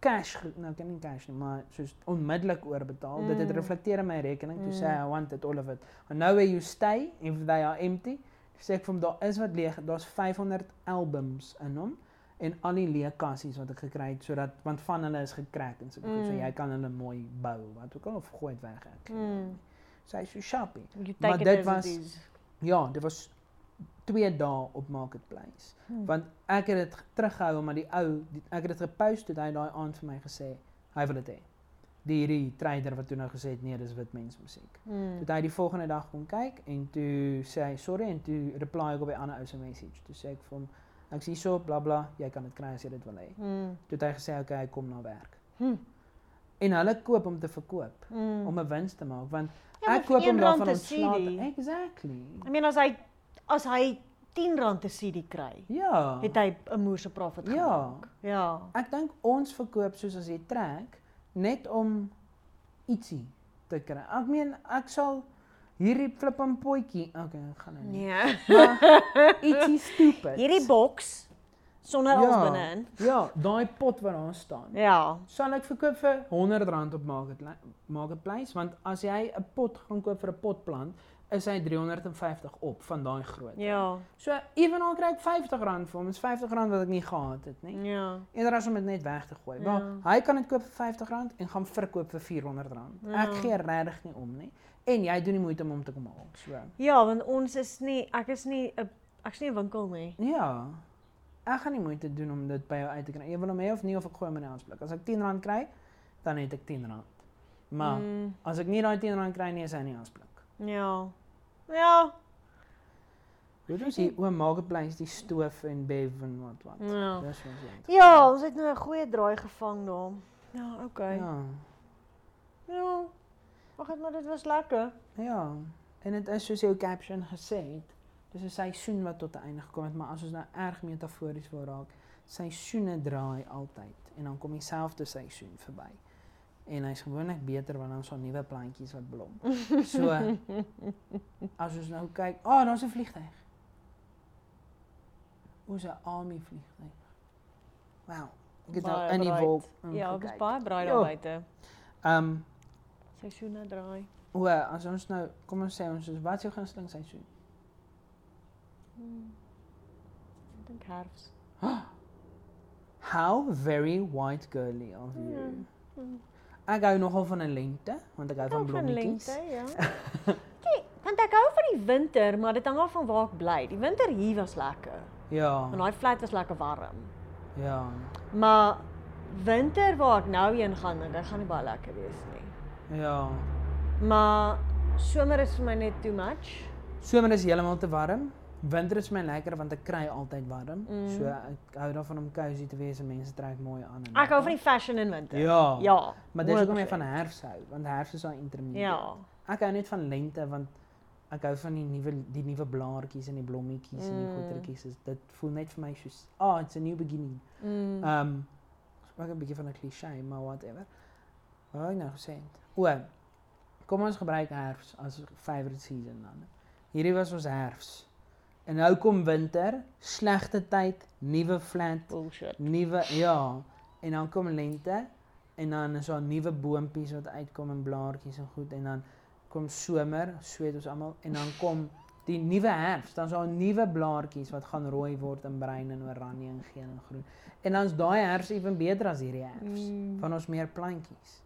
Speaker 2: cash, ge- nou ek het nie cash nie, maar soos onmiddellik oorbetaal. Mm. Dit het
Speaker 1: Mm.
Speaker 2: reflekteer in my rekening. Toe
Speaker 1: Mm.
Speaker 2: sê hy, I want it all of it. And now where you stay if they are empty. Toe sê ek vir hom, daar is wat leeg, daar's 500 albums in hom en al die leë kassies wat ek gekry het sodat want van hulle is gekraak en so mm. so
Speaker 1: Mm.
Speaker 2: jy kan hulle mooi bou wat ook al of gooi dit weg ek.
Speaker 1: Mm.
Speaker 2: Sy so shopping.
Speaker 1: You take
Speaker 2: Maar
Speaker 1: it
Speaker 2: dit
Speaker 1: as
Speaker 2: was-
Speaker 1: it is.
Speaker 2: Ja, dit was 2 dae op marketplace.
Speaker 1: Hmm.
Speaker 2: Want ek het dit ge- teruggehou maar die ou die, ek het dit gepost toe hy daai aand vir my gesê hy wil dit hê. Die hierdie trader wat toe nou gesê het nee, dis wit mens musiek.
Speaker 1: Mm.
Speaker 2: Toe het hy die volgende dag kom kyk en toe sê hy sorry en toe reply ek op die ander ou se message. Toe sê ek vir hom ek sê hierso bla bla, jy kan dit kry as jy dit wil hê.
Speaker 1: Mm.
Speaker 2: Toe het hy gesê okay, hy kom na werk.
Speaker 1: Hm.
Speaker 2: En hulle koop om te verkoop,
Speaker 1: Mm.
Speaker 2: om 'n wins te maak want
Speaker 1: Ja, maar
Speaker 2: ek
Speaker 1: vir
Speaker 2: koop hom
Speaker 1: een
Speaker 2: daarvan
Speaker 1: rand 'n
Speaker 2: ontslae. te-
Speaker 1: CD.
Speaker 2: Exactly.
Speaker 1: Ek meen as hy as hy 10 rand 'n CD kry,
Speaker 2: Ja.
Speaker 1: het hy 'n moerse profit
Speaker 2: Ja.
Speaker 1: gemaak. Ja.
Speaker 2: Ek dink ons verkoop soos as jy trek net om ietsie te kry. Ek meen ek sal hierdie flip en potjie, okay, ek gaan nou nie.
Speaker 1: Nee.
Speaker 2: Maar ietsie stupid.
Speaker 1: Hierdie boks sonder alles
Speaker 2: Ja.
Speaker 1: binne-in.
Speaker 2: Ja, daai pot wat daar staan.
Speaker 1: Ja.
Speaker 2: Sal ek verkoop vir R100 op Marketplace, Marketplace want as jy 'n pot gaan koop vir 'n potplant, is hy 350 op van daai groot.
Speaker 1: Ja.
Speaker 2: So ewenal kry ek R50 vir hom. Dis R50 wat ek nie gehad het nie.
Speaker 1: Ja.
Speaker 2: Eerder as om dit net weg te gooi. Maar
Speaker 1: Ja.
Speaker 2: hy kan dit koop vir R50 en gaan verkoop vir R400. Ek
Speaker 1: Ja.
Speaker 2: gee regtig nie om nie. En jy doen nie moeite om hom te kom haal. So.
Speaker 1: Ja, want ons is nie ek is nie 'n ek's nie 'n winkel nie.
Speaker 2: Ja. Ek gaan nie moeite doen om dit by jou uit te kry. Jy wil hom hê of nie of ek gooi hom in die handsplik. As ek R10 kry, dan het ek R10. Maar
Speaker 1: Mm,
Speaker 2: as ek nie daai R10 kry nie, is hy in die handsplik.
Speaker 1: ja. Ja,
Speaker 2: Weet ons hier oom marketplace die stoof en bev en wat wat.
Speaker 1: Ja.
Speaker 2: Dis ons het.
Speaker 1: Ja, ons het nou 'n goeie draai gevang daar. Ja, okay. Ja.
Speaker 2: Ja.
Speaker 1: ja. Ag, maar dit was lekker.
Speaker 2: Ja. En dit is soos jou caption gesê het, dis 'n seisoen wat tot 'n einde gekom het, maar as ons nou erg metafories wil raak, seisoene draai altyd en dan kom dieselfde seisoen verby. En hy's gewoonlik beter wanneer ons al nuwe plantjies wat blom. So as ons nou kyk, ah, oh, daar's 'n vliegtyg. Ons 'n army vliegtyg. Wow. Ek het nou
Speaker 1: Baie
Speaker 2: in die
Speaker 1: bright.
Speaker 2: wolk.
Speaker 1: Ja, dit was
Speaker 2: ingekyk.
Speaker 1: baie braai
Speaker 2: Ja.
Speaker 1: daar buite.
Speaker 2: Ehm um,
Speaker 1: Seisoene draai.
Speaker 2: Hoe, as ons nou, kom ons sê ons is wat is jou gunsteling seisoen?
Speaker 1: Hmm. Ek dink herfs.
Speaker 2: How very white girly of you.
Speaker 1: Hmm.
Speaker 2: Ek hou nogal van 'n lente, want ek hou
Speaker 1: Ek
Speaker 2: van
Speaker 1: hou van
Speaker 2: blommetjies.
Speaker 1: lente, ja. Kyk, want ek hou van die winter, maar dit hang af van waar ek bly. Die winter hier was lekker.
Speaker 2: Ja.
Speaker 1: En daai flat was lekker warm.
Speaker 2: Ja.
Speaker 1: Maar winter waar ek nou heen gaan, dit gaan nie baie lekker wees nie.
Speaker 2: Ja.
Speaker 1: Maar somer is vir my net too much.
Speaker 2: Somer is heeltemal te warm. Winter is my lekker want ek kry altyd warm.
Speaker 1: Mm.
Speaker 2: So ek hou daarvan om cosy te wees en mense trek mooi aan en
Speaker 1: Ek Ah, hou van die fashion in winter.
Speaker 2: Ja.
Speaker 1: Ja.
Speaker 2: Maar dis hoekom
Speaker 1: 100%.
Speaker 2: ek van herfs hou, want herfs is daai intermediate.
Speaker 1: Ja.
Speaker 2: Ek hou net van lente want ek hou van die nuwe die nuwe blaartjies en die blommetjies en die
Speaker 1: Mm.
Speaker 2: goetertjies. Is- Dit voel net vir my soos, ah, oh, it's a new beginning.
Speaker 1: Mm.
Speaker 2: Ehm um, ook 'n bietjie van 'n klise, maar whatever. Wat wou ek nou gesê het? O. Kom ons gebruik herfs as favorite season dan. Hierdie was ons herfs. En nou kom winter, slegte tyd, nuwe flat,
Speaker 1: Bullshit.
Speaker 2: nuwe ja, en dan kom lente en dan is daar nuwe boontjies wat uitkom en blaartjies en goed en dan kom somer, sweet ons almal en dan kom die nuwe herfs, dan is daar nuwe blaartjies wat gaan rooi word en bruin en oranje en geel en groen. En dan's daai herfs ewen beter as hierdie herfs
Speaker 1: Mm.
Speaker 2: van ons meer plantjies.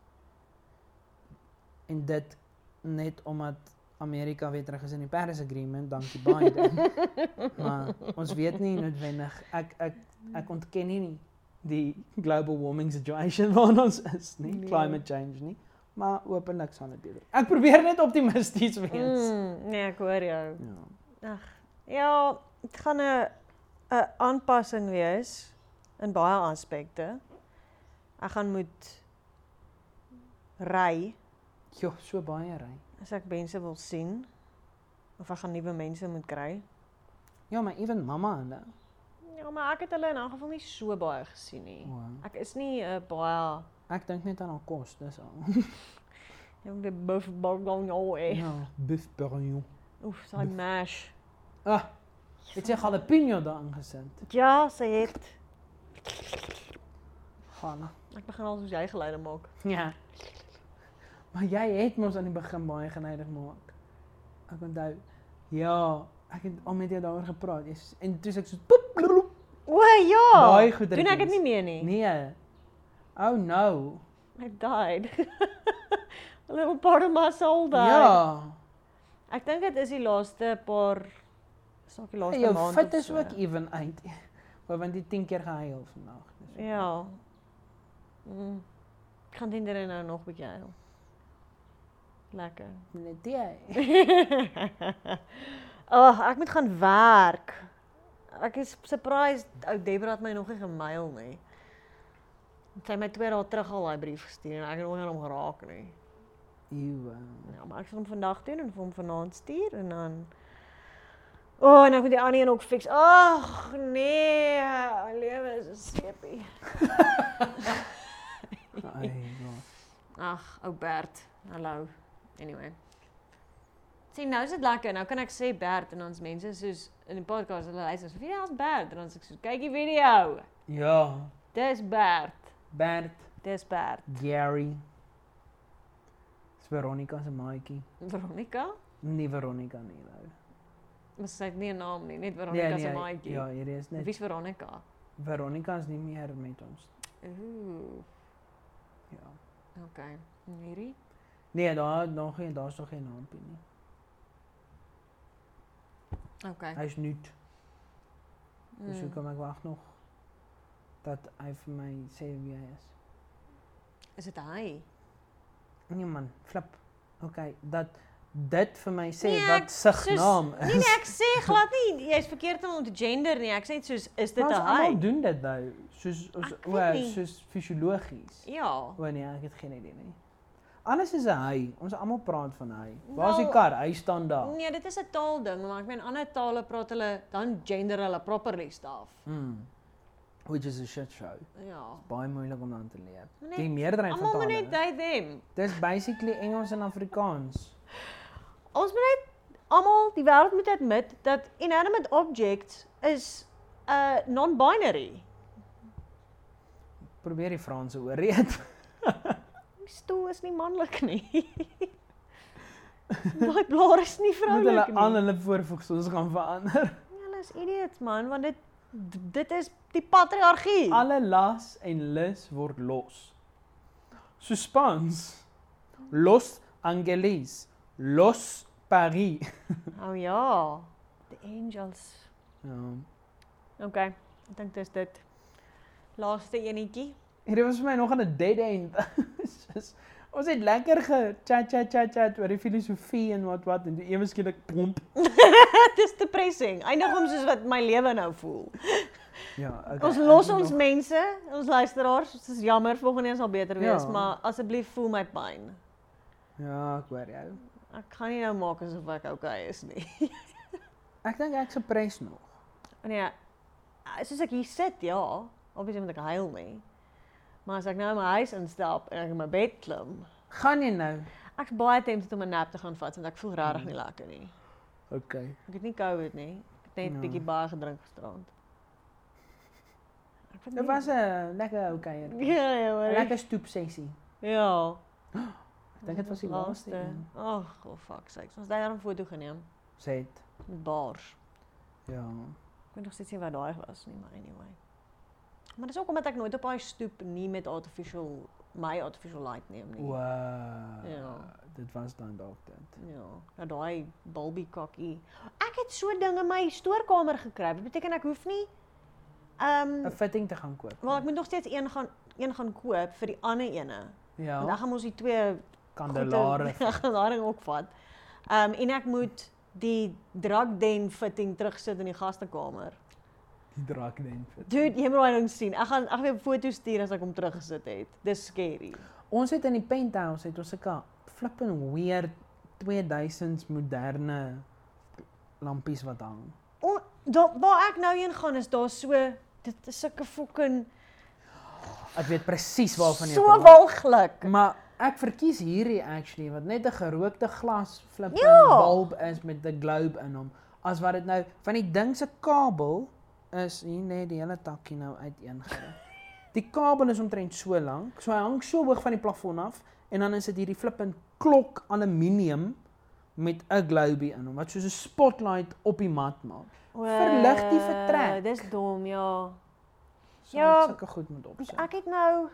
Speaker 2: En dit net omdat Amerika weer terug is in die Paris Agreement, dankie Biden. maar ons weet nie noodwendig ek ek ek ontken nie nie die global warming situation waarna ons is nie,
Speaker 1: Nee.
Speaker 2: climate change nie, maar openlik sal dit beter. Ek probeer net optimisties wees.
Speaker 1: Mm, nee, ek hoor jou.
Speaker 2: Mm. Ja.
Speaker 1: Ja, dit gaan 'n 'n aanpassing wees in baie aspekte. Ek gaan moet ry
Speaker 2: Jo, so baie ry.
Speaker 1: as ek mense wil sien of ek gaan nuwe mense moet kry.
Speaker 2: Ja, maar ewen mamma en nou.
Speaker 1: Ja, maar ek het hulle in elk geval nie so baie gesien nie.
Speaker 2: Wow.
Speaker 1: Ek is nie 'n baie
Speaker 2: Ek dink net aan haar kos, dis
Speaker 1: Nee.
Speaker 2: al.
Speaker 1: jong die buff bourguignon eh.
Speaker 2: Ja, beef bourguignon.
Speaker 1: Oef, daai mash.
Speaker 2: Ah, dit sê jalapeno daarin gesit.
Speaker 1: Ja, sy het.
Speaker 2: Ghana.
Speaker 1: Ek begin al soos jy geluide maak.
Speaker 2: Ja. Maar jy het mos aan die begin baie geneig maak. Ek onthou. Ja, ek het al met jou daaroor gepraat. Jy s- en toe sê ek so poep. bloep.
Speaker 1: O ja.
Speaker 2: Daai goedertjies.
Speaker 1: Doen ek dit nie meer nie.
Speaker 2: Nee. Oh no.
Speaker 1: I died. A little part of my soul died.
Speaker 2: Ja.
Speaker 1: Ek dink dit is die laaste paar is dalk die
Speaker 2: En
Speaker 1: laaste
Speaker 2: jou
Speaker 1: maand.
Speaker 2: fit
Speaker 1: of
Speaker 2: is
Speaker 1: so.
Speaker 2: ook even uit. Maar want jy 10 keer gehuil vandag. Dis.
Speaker 1: Ja. Mm. Ek gaan dit dan nou nog 'n bietjie huil. Lekker.
Speaker 2: Net jy.
Speaker 1: Ag, ek moet gaan werk. Ek is surprised ou Debra het my nog nie gemail nie. Sy het my twee dae terug al daai brief gestuur en ek het nog nie aan hom geraak nie.
Speaker 2: Ew.
Speaker 1: Ja, maar ek sal hom vandag doen en vir hom vanaand stuur en dan O, oh, en ek moet die ander een ook fix. Ag, nee, my lewe is 'n seepie.
Speaker 2: Ai. ja.
Speaker 1: Ag, ou Bert. Hallo. Anyway. Sien, nou is dit lekker. Nou kan ek sê Bert en ons mense soos in die podcast hulle luister. So, "Wie is Bert?" En ons ek so, "Kyk die video.
Speaker 2: Ja.
Speaker 1: Dis Bert.
Speaker 2: Bert,
Speaker 1: Dis Bert."
Speaker 2: Gary. Dis Veronica se maatjie.
Speaker 1: Veronica?
Speaker 2: Nie Veronica nie, nou.
Speaker 1: Maar sy het nie 'n naam nie, net Veronica se
Speaker 2: hy-
Speaker 1: maatjie.
Speaker 2: Ja, hierdie is net
Speaker 1: Wie's Veronica?
Speaker 2: Veronica is nie meer met ons.
Speaker 1: Ooh,
Speaker 2: Ja.
Speaker 1: okay. En hierdie?
Speaker 2: Nee, daar daar geen daar's nog geen naampie nie.
Speaker 1: Okay.
Speaker 2: Hy's nuut. Dus
Speaker 1: Mm.
Speaker 2: hoekom ek wag nog dat hy vir my sê wie hy is.
Speaker 1: Is dit hy?
Speaker 2: Nee man, flip. Okay, dat dit vir my sê
Speaker 1: Nee, ek-
Speaker 2: wat sig
Speaker 1: soos-
Speaker 2: naam
Speaker 1: Nee nee, ek sê glad nie jy's verkeerd om hom te gender nie. Ek sê net soos is dit
Speaker 2: Maar
Speaker 1: 'n
Speaker 2: ons almal
Speaker 1: hy?
Speaker 2: doen dit nou, soos ons
Speaker 1: Ek weet
Speaker 2: o,
Speaker 1: nie.
Speaker 2: soos fisiologies.
Speaker 1: Ja.
Speaker 2: O nee, ek het geen idee nie. Alles is 'n hy. Ons almal praat van hy. Waar is die
Speaker 1: Wel-
Speaker 2: kar? Hy staan daar.
Speaker 1: Nou- Nee, dit is 'n taalding, maar ek meen ander tale praat hulle dan gender hulle properly staaf.
Speaker 2: Mm. Which is a shit show.
Speaker 1: Ja.
Speaker 2: Baie moeilik om aan te leer.
Speaker 1: Maar net-
Speaker 2: Die meerderheid van
Speaker 1: Nee, Almal moet net
Speaker 2: tale.
Speaker 1: hy them.
Speaker 2: Dis basically Engels en Afrikaans.
Speaker 1: Ons moet net almal die wêreld moet admit dat inanimate objects is 'n uh, non-binary.
Speaker 2: Probeer die Franse oorreed.
Speaker 1: Die stoel is nie manlik nie. Daai blaar is nie
Speaker 2: Moet
Speaker 1: vroulik
Speaker 2: hulle
Speaker 1: nie. Nee.
Speaker 2: aan hulle voorvoegsels gaan verander.
Speaker 1: Julle is idiots man, want dit dit is die patriargie.
Speaker 2: Alle las en lis word los. So Spaans. Los Angeles. Los Paris.
Speaker 1: Oh ja, the angels.
Speaker 2: Ja.
Speaker 1: OK, ek dink dis dit. Laaste enetjie.
Speaker 2: Hierdie was vir my nog aan 'n dead end. Soos, ons het lekker ge-chat chat chat chat oor die filosofie en wat wat en toe ewe skielik pomp.
Speaker 1: Dit is depressing. Eindig hom soos wat my lewe nou voel.
Speaker 2: Ja, okay.
Speaker 1: Ons los ons mense, ons luisteraars, dit is jammer, volgende een sal beter wees,
Speaker 2: Ja.
Speaker 1: maar asseblief voel my pyn.
Speaker 2: Ja, ek hoor jou.
Speaker 1: Ek gaan nie nou maak asof ek okay is nie.
Speaker 2: Ek dink ek's gepres nog.
Speaker 1: Nee, soos ek hier sit, ja, obviously moet ek huil nie. Maar as ek nou in my huis instap en ek in my bed klim,
Speaker 2: Gaan jy nou?
Speaker 1: ek's baie tempted om 'n nap te gaan vat want ek voel
Speaker 2: Mm.
Speaker 1: regtig nie lekker nie.
Speaker 2: Okay.
Speaker 1: Ek het nie COVID nie. Ek het net 'n
Speaker 2: Ja.
Speaker 1: bietjie baie gedrink gisterand. Ek weet
Speaker 2: Dit
Speaker 1: nie-
Speaker 2: was 'n lekker okay. een.
Speaker 1: Ja, ja, maar
Speaker 2: 'n
Speaker 1: lekker.
Speaker 2: Lekker stoep sessie.
Speaker 1: Ja.
Speaker 2: Ek dink dit was die laaste. een.
Speaker 1: Ag, oh, fuck, seks. Ons het daar 'n foto geneem
Speaker 2: Sê dit.
Speaker 1: met baars.
Speaker 2: Ja.
Speaker 1: Ek weet nog steeds nie wat daai was nie, maar anyway. Maar dis ook omdat ek nooit op daai stoep nie met artificial my artificial light neem nie.
Speaker 2: Wow.
Speaker 1: Ja.
Speaker 2: Dit was dan dalk dit.
Speaker 1: Ja, nou daai bulbie kakkie. Ek het so ding in my stoorkamer gekry. Dit beteken ek hoef nie ehm
Speaker 2: 'n Fitting te gaan koop.
Speaker 1: wel ek moet nog steeds een gaan een gaan koop vir die ander ene. Want
Speaker 2: Ja.
Speaker 1: dan gaan ons die twee
Speaker 2: Kandelare.
Speaker 1: kandelare ook vat. Ehm en ek moet die drugden fitting terugsit in die gastekamer.
Speaker 2: Die draak ding.
Speaker 1: Dude, jy moet daai ding sien. Ek gaan ek gaan jou foto's stuur as ek hom teruggesit het. Dis scary.
Speaker 2: Ons het in die penthouse het ons sulke flippin weird 2000s moderne lampies wat hang.
Speaker 1: O, daar waar ek nou heen gaan is daar so dit is sulke fucking
Speaker 2: Ek weet presies waarvan jy
Speaker 1: so
Speaker 2: praat.
Speaker 1: walglik.
Speaker 2: Maar ek verkies hierdie actually wat net 'n gerookte glas flip
Speaker 1: Ja.
Speaker 2: bulb is met 'n globe in hom. As wat dit nou van die ding se kabel is hier net die hele takkie nou uiteengeruk. Die kabel is omtrent so lank, so hy hang so hoog van die plafon af en dan is dit hierdie flippend klok aluminium met 'n globie in hom wat soos 'n spotlight op die mat maak. Verlig die vertrek.
Speaker 1: Dis dom, ja.
Speaker 2: So
Speaker 1: Ja.
Speaker 2: ja, sulke goed moet opsit.
Speaker 1: Ek het nou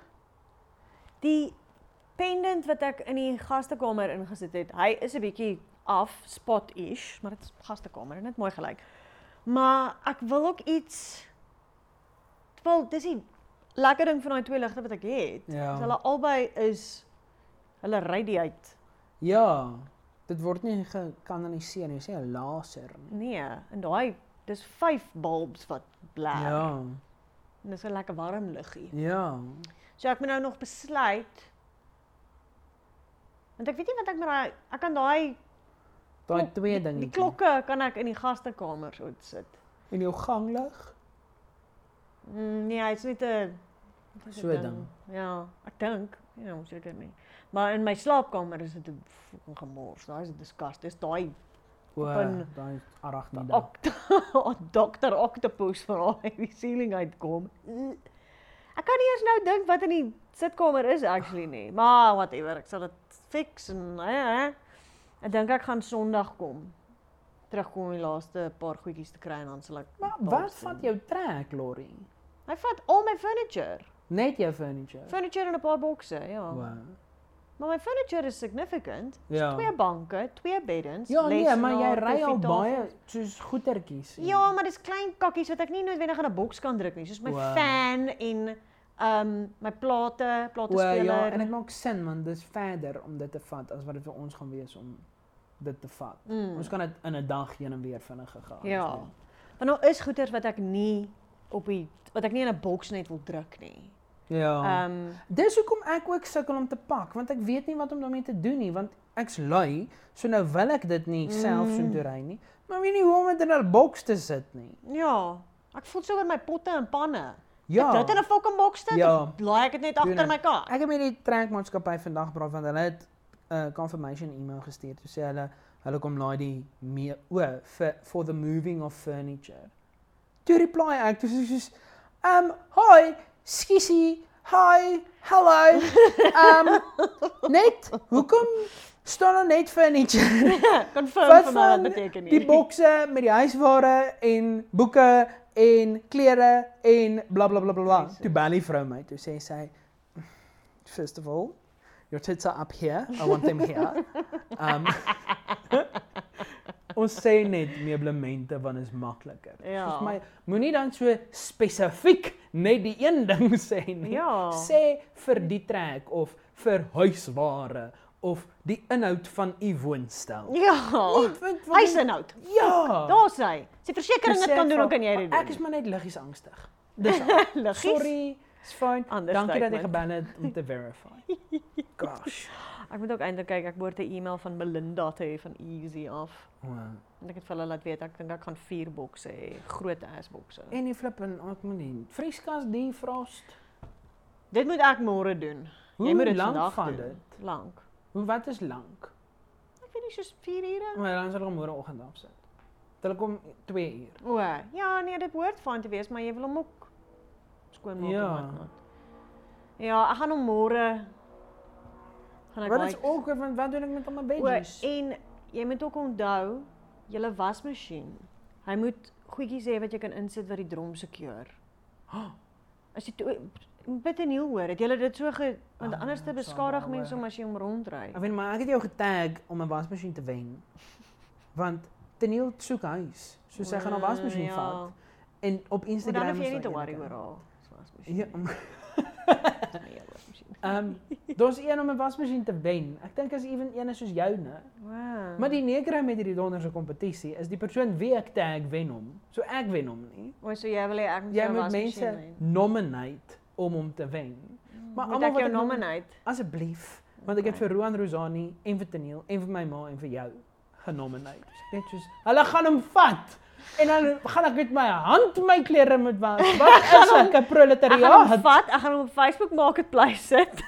Speaker 1: die pendant wat ek in die gastekamer ingesit het. Hy is 'n bietjie af, spot-ish, maar dit is gastekamer en dit mooi gelyk. Maar ek wil ook iets Wel, dis die lekker ding van daai twee ligte wat ek het.
Speaker 2: Ja.
Speaker 1: Is hulle albei is hulle radiate.
Speaker 2: Ja. Dit word nie gekanaliseer nie, sê 'n laser. nie.
Speaker 1: Nee, en daai dis 5 bulbs wat blaar.
Speaker 2: Ja.
Speaker 1: En dis 'n lekker warm liggie.
Speaker 2: Ja.
Speaker 1: So ek moet nou nog besluit. Want ek weet nie wat ek met daai ek kan daai
Speaker 2: Daai
Speaker 1: Klok-
Speaker 2: twee
Speaker 1: die,
Speaker 2: dinge.
Speaker 1: die klokke kan ek in die gastekamer so sit.
Speaker 2: in jou ganglig.
Speaker 1: Mm, nee, hy's net 'n wat is dit nou?
Speaker 2: So 'n ding.
Speaker 1: Ja, ek dink, ja, ons seker nie. Maar in my slaapkamer is dit 'n fucking gemors. Daai is disgust. Dis daai
Speaker 2: O,
Speaker 1: in-
Speaker 2: daai arachnida.
Speaker 1: okt- dokter octopus van al uit die ceiling uitkom. Ek kan nie eens nou dink wat in die sitkamer is actually nie. Maar whatever, ek sal dit fix en eh, eh. Ek dink ek gaan Sondag kom. Terugkom om die laaste paar goedjies te kry en dan sal ek
Speaker 2: Maar
Speaker 1: bulbs doen.
Speaker 2: wat vat jou trek, Lori?
Speaker 1: Hy vat al my furniture.
Speaker 2: Net jou furniture.
Speaker 1: Furniture en 'n paar bokse, ja.
Speaker 2: Wow.
Speaker 1: Maar my furniture is significant.
Speaker 2: Ja.
Speaker 1: Twee banke, twee beddens,
Speaker 2: Ja, nee, maar jy
Speaker 1: lesenaar,
Speaker 2: ry al baie
Speaker 1: koffietafel.
Speaker 2: soos goetertjies. en-
Speaker 1: Ja, maar dis klein kakkies wat ek nie noodwendig in 'n boks kan druk nie, soos my
Speaker 2: Wow.
Speaker 1: fan en ehm my plate,
Speaker 2: O, ja,
Speaker 1: platespeler.
Speaker 2: en dit maak sin want dis verder om dit te vat as wat dit vir ons gaan wees om dit te vat.
Speaker 1: Mm.
Speaker 2: Ons kan dit in 'n dag heen en weer vinniger gaan.
Speaker 1: Ja. Want daar nou is goeders wat ek nie op die wat ek nie in 'n boks net wil druk nie.
Speaker 2: Ja.
Speaker 1: Ehm
Speaker 2: Dis hoekom ek ook sukkel om te pak, want ek weet nie wat om daarmee te doen nie, want ek's lui, so nou wil ek dit nie self so
Speaker 1: Mm.
Speaker 2: doen nie. Maar ek weet nie hoe om dit in 'n boks te sit nie.
Speaker 1: ja, ek voel so oor my potte en panne.
Speaker 2: Ja.
Speaker 1: Ek dit in 'n fucking boks sit.
Speaker 2: Ja.
Speaker 1: of Laai ek dit net
Speaker 2: Doen
Speaker 1: agter
Speaker 2: dit.
Speaker 1: my kar.
Speaker 2: Ek het met die trekmaatskappy vandag praat want hulle het 'n confirmation e-mail gestuur. Toe sê hulle hulle kom laai die mee o vir for the moving of furniture. Toe reply ek toe soos um hi, skissie, hi, hello. Um net hoekom staan daar net furniture?
Speaker 1: Confirm
Speaker 2: Wat
Speaker 1: vir my wat
Speaker 2: van
Speaker 1: beteken nie.
Speaker 2: Die bokse met die huisware en boeke en klere en bla bla bla bla. bla.
Speaker 1: Jesus.
Speaker 2: Toe bel die vrou my, toe sê sy first of all, your tits are up here. I want them here. Um Ons sê net meublemente want is makliker.
Speaker 1: Ja.
Speaker 2: Soos my moenie dan so spesifiek net die een ding sê nie.
Speaker 1: Ja.
Speaker 2: Sê vir die trek of vir huisware of die inhoud van u woonstel.
Speaker 1: Ja.
Speaker 2: vind
Speaker 1: Hy se inhoud.
Speaker 2: Ja.
Speaker 1: Daar's hy. Sy versekering dit
Speaker 2: Besef
Speaker 1: kan doen,
Speaker 2: van,
Speaker 1: dan kan jy dit
Speaker 2: "Maar Ek is
Speaker 1: doen.
Speaker 2: maar net liggies angstig. Dis al.
Speaker 1: Liggies.
Speaker 2: Sorry, it's fine.
Speaker 1: Ander
Speaker 2: Dankie dat jy
Speaker 1: statement.
Speaker 2: gebel het om te verify. Gosh.
Speaker 1: Ek moet ook eintlik kyk, ek behoort 'n e-mail van Melinda te hê van Easy af.
Speaker 2: Wow.
Speaker 1: En ek het vir hulle laat weet ek dink ek gaan vier bokse hê, groot ass bokse.
Speaker 2: En die flippin, ek moet nie. Vrieskas die frost.
Speaker 1: Dit moet ek môre doen.
Speaker 2: Hoe
Speaker 1: jy moet dit
Speaker 2: lank
Speaker 1: vandag doen.
Speaker 2: van dit?
Speaker 1: Lank.
Speaker 2: Hoe wat is lank?
Speaker 1: Ek weet nie soos 4 ure.
Speaker 2: Maar dan sal ek hom môre oggend afsit. Dit kom 2 uur.
Speaker 1: O, ja, nee, dit behoort van te wees, maar jy wil hom ook skoon maak
Speaker 2: Ja.
Speaker 1: en whatnot. Ja, ek gaan hom môre gaan ek
Speaker 2: Wat is
Speaker 1: baie-
Speaker 2: awkward want wat doen ek met al my
Speaker 1: O,
Speaker 2: veggies?
Speaker 1: en jy moet ook onthou, julle wasmasjien. Hy moet goedjies hê wat jy kan insit wat die drom se keur. As jy toe- moet bid en heel hoor, het julle dit so ge, want
Speaker 2: Ah,
Speaker 1: anders te
Speaker 2: sal
Speaker 1: beskadig
Speaker 2: wel
Speaker 1: mense
Speaker 2: hoor.
Speaker 1: om as jy hom rondry.
Speaker 2: Ek weet maar ek het jou getag om 'n wasmasjien te wen. Want Teniel soek huis. "Nou, So sy gaan 'n wasmasjien
Speaker 1: Mm,
Speaker 2: vat en op
Speaker 1: Maar dan
Speaker 2: Instagram
Speaker 1: hoef jy
Speaker 2: is
Speaker 1: nie te
Speaker 2: daar
Speaker 1: worry
Speaker 2: een
Speaker 1: oor
Speaker 2: in.
Speaker 1: haar se wasmasjien.
Speaker 2: Ja,
Speaker 1: Nee, jou wasmasjien.
Speaker 2: Ehm, daar's een om 'n wasmasjien te wen. Ek dink as ewen een is soos joune.
Speaker 1: Mm. Wow.
Speaker 2: Maar die negere met hierdie donderse kompetisie is die persoon wie ek tag wen hom. So ek wen hom nie.
Speaker 1: O, so jy wil hê ek moet
Speaker 2: Jy
Speaker 1: jou
Speaker 2: moet
Speaker 1: wasmasjien
Speaker 2: mense nominate om hom te wen. Maar
Speaker 1: Maar moet
Speaker 2: allemaal
Speaker 1: ek
Speaker 2: wat
Speaker 1: jou
Speaker 2: ek noem-
Speaker 1: nominate?
Speaker 2: Asseblief, want ek het
Speaker 1: Okay.
Speaker 2: vir Roan Rosani en vir Teniel en vir my ma en vir jou genomineer. Dus net soos hulle gaan hom vat. En dan gaan ek met my hand my klere moet was. Wat is ek 'n
Speaker 1: Ek gaan hom
Speaker 2: proletariaat?
Speaker 1: vat, ek gaan hom op Facebook Marketplace sit.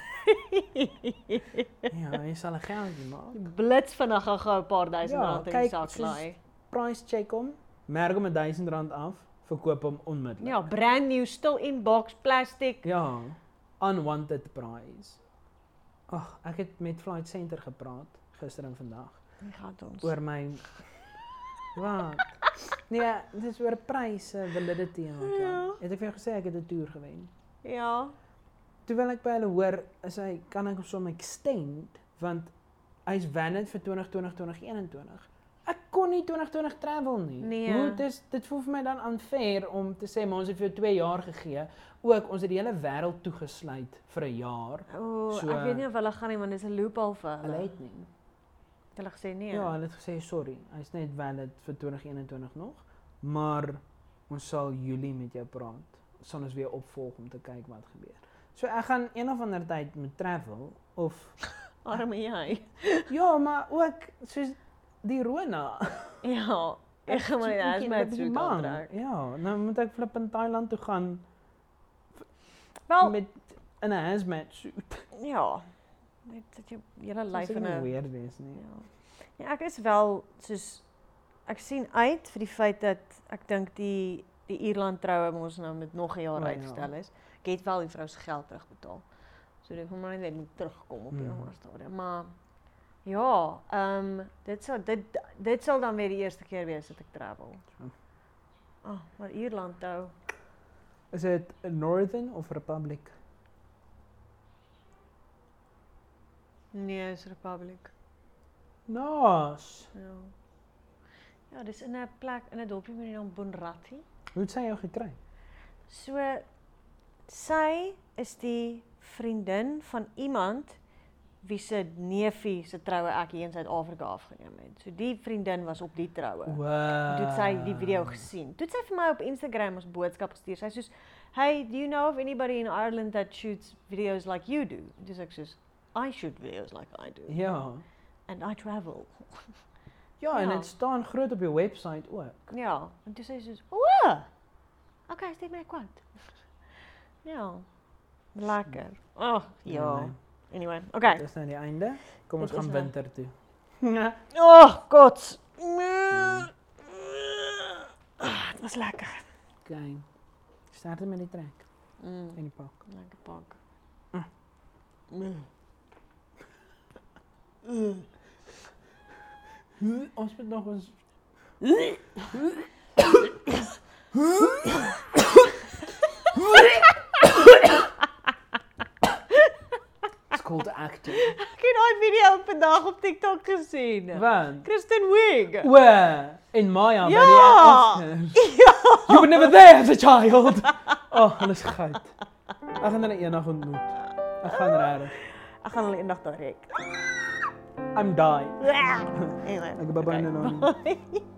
Speaker 2: Ja, jy sal 'n geldjie maak.
Speaker 1: Blits vinnig gou 'n paar duisend
Speaker 2: Ja,
Speaker 1: rand in die
Speaker 2: kyk,
Speaker 1: sak
Speaker 2: soos-
Speaker 1: laai.
Speaker 2: Price check hom, merk hom R1000 af, verkoop hom onmiddellik.
Speaker 1: Ja, brand new, still in box, plastic.
Speaker 2: Ja, unwanted price. Ag, ek het met Flight Center gepraat gister en vandag.
Speaker 1: Wie gaan ons?
Speaker 2: oor my wat nee dis oor pryse validity en wat
Speaker 1: Ja.
Speaker 2: dan het ek vir jou gesê ek het 'n toer gewen
Speaker 1: Ja.
Speaker 2: terwyl ek by hulle hoor is hy kan ek hom som extend want hy's valid vir 2020 2021 ek kon nie 2020 travel nie
Speaker 1: Nee.
Speaker 2: hoe dis dit voel vir my dan unfair om te sê maar ons het vir jou 2 jaar gegee ook ons het die hele wêreld toegesluit vir 'n jaar
Speaker 1: O,
Speaker 2: So, eh,
Speaker 1: ek weet nie of hulle gaan nie want dis 'n loophole vir
Speaker 2: hulle
Speaker 1: hulle.
Speaker 2: het nie
Speaker 1: Het Hulle gesê nee.
Speaker 2: Ja, hulle het gesê sorry. Hy's net valid vir 2021 nog, maar ons sal Julie met jou praat. Ons sal ons weer opvolg om te kyk wat gebeur. So ek gaan een of ander tyd met travel of
Speaker 1: Arme jy.
Speaker 2: ja, maar ook soos die Rona.
Speaker 1: Ja. Ek gaan my
Speaker 2: Soos
Speaker 1: as
Speaker 2: bietjie-
Speaker 1: my
Speaker 2: bietjie
Speaker 1: toe kan
Speaker 2: bang.
Speaker 1: trek.
Speaker 2: Ja, nou moet ek flip in Thailand toe gaan
Speaker 1: Wel, Oh.
Speaker 2: met in 'n hazmat suit.
Speaker 1: ja. Net dat jy julle lyf
Speaker 2: Dit
Speaker 1: in 'n
Speaker 2: weer wees nie.
Speaker 1: Ja. ja, ek is wel soos ek sien uit vir die feit dat ek dink die die Ierland troue ons nou met nog 'n jaar
Speaker 2: O, ja.
Speaker 1: uitgestel is. Ek het wel die vrou se geld terugbetaal. So dit moet maar net moet terugkom op die
Speaker 2: Mm.
Speaker 1: ander stadium, maar ja, ehm dit sal dit dit sal dan weer die eerste keer wees dat ek travel.
Speaker 2: Zo.
Speaker 1: Ah, oh, maar Ierland toe.
Speaker 2: Is dit Northern of Republic?
Speaker 1: Nee, is Republic.
Speaker 2: Nas.
Speaker 1: Ja. Ja, dis in 'n plek in 'n dorpie met die naam Bonratti.
Speaker 2: Hoe het sy jou gekry?
Speaker 1: So sy is die vriendin van iemand wie se neefie se troue ek hier in Suid-Afrika afgeneem het. So die vriendin was op die troue.
Speaker 2: Wow.
Speaker 1: Toe het sy die video gesien. Toe het sy vir my op Instagram ons boodskap gestuur. Sy soos, "Hey, do you know of anybody in Ireland that shoots videos like you do?" Dis ek soos, "I shoot videos like I do
Speaker 2: Ja.
Speaker 1: and I travel."
Speaker 2: Ja, en
Speaker 1: Ja.
Speaker 2: dit staan groot op jou webwerf ook.
Speaker 1: Ja, en toe sê sy soos, "O, okay, steek my kwart." ja. Lekker. Oh, ja.
Speaker 2: Anyway,
Speaker 1: Anyway,
Speaker 2: Dit
Speaker 1: okay.
Speaker 2: is nou die einde. Kom ons
Speaker 1: Dit is
Speaker 2: gaan
Speaker 1: nou-
Speaker 2: winter toe.
Speaker 1: Oh, god. Ah, Dit was lekker.
Speaker 2: Okay. Sterkte met die trek
Speaker 1: Mm,
Speaker 2: en die pak.
Speaker 1: lekker pak.
Speaker 2: Mm.
Speaker 1: Mm.
Speaker 2: Ons moet nog ons It's called acting.
Speaker 1: Ek het daai video vandag op TikTok gesien.
Speaker 2: Want
Speaker 1: Kristen Wiig.
Speaker 2: where in Maya by die
Speaker 1: Ja.
Speaker 2: Oscars. You were never there as a child. Oh, hulle is goud. Ek gaan hulle eendag ontmoet. Ek gaan regtig.
Speaker 1: Ek gaan hulle eendag daar hek.
Speaker 2: I'm dying.
Speaker 1: Anyway.
Speaker 2: Ek het babai
Speaker 1: okay.
Speaker 2: nou.
Speaker 1: Bye.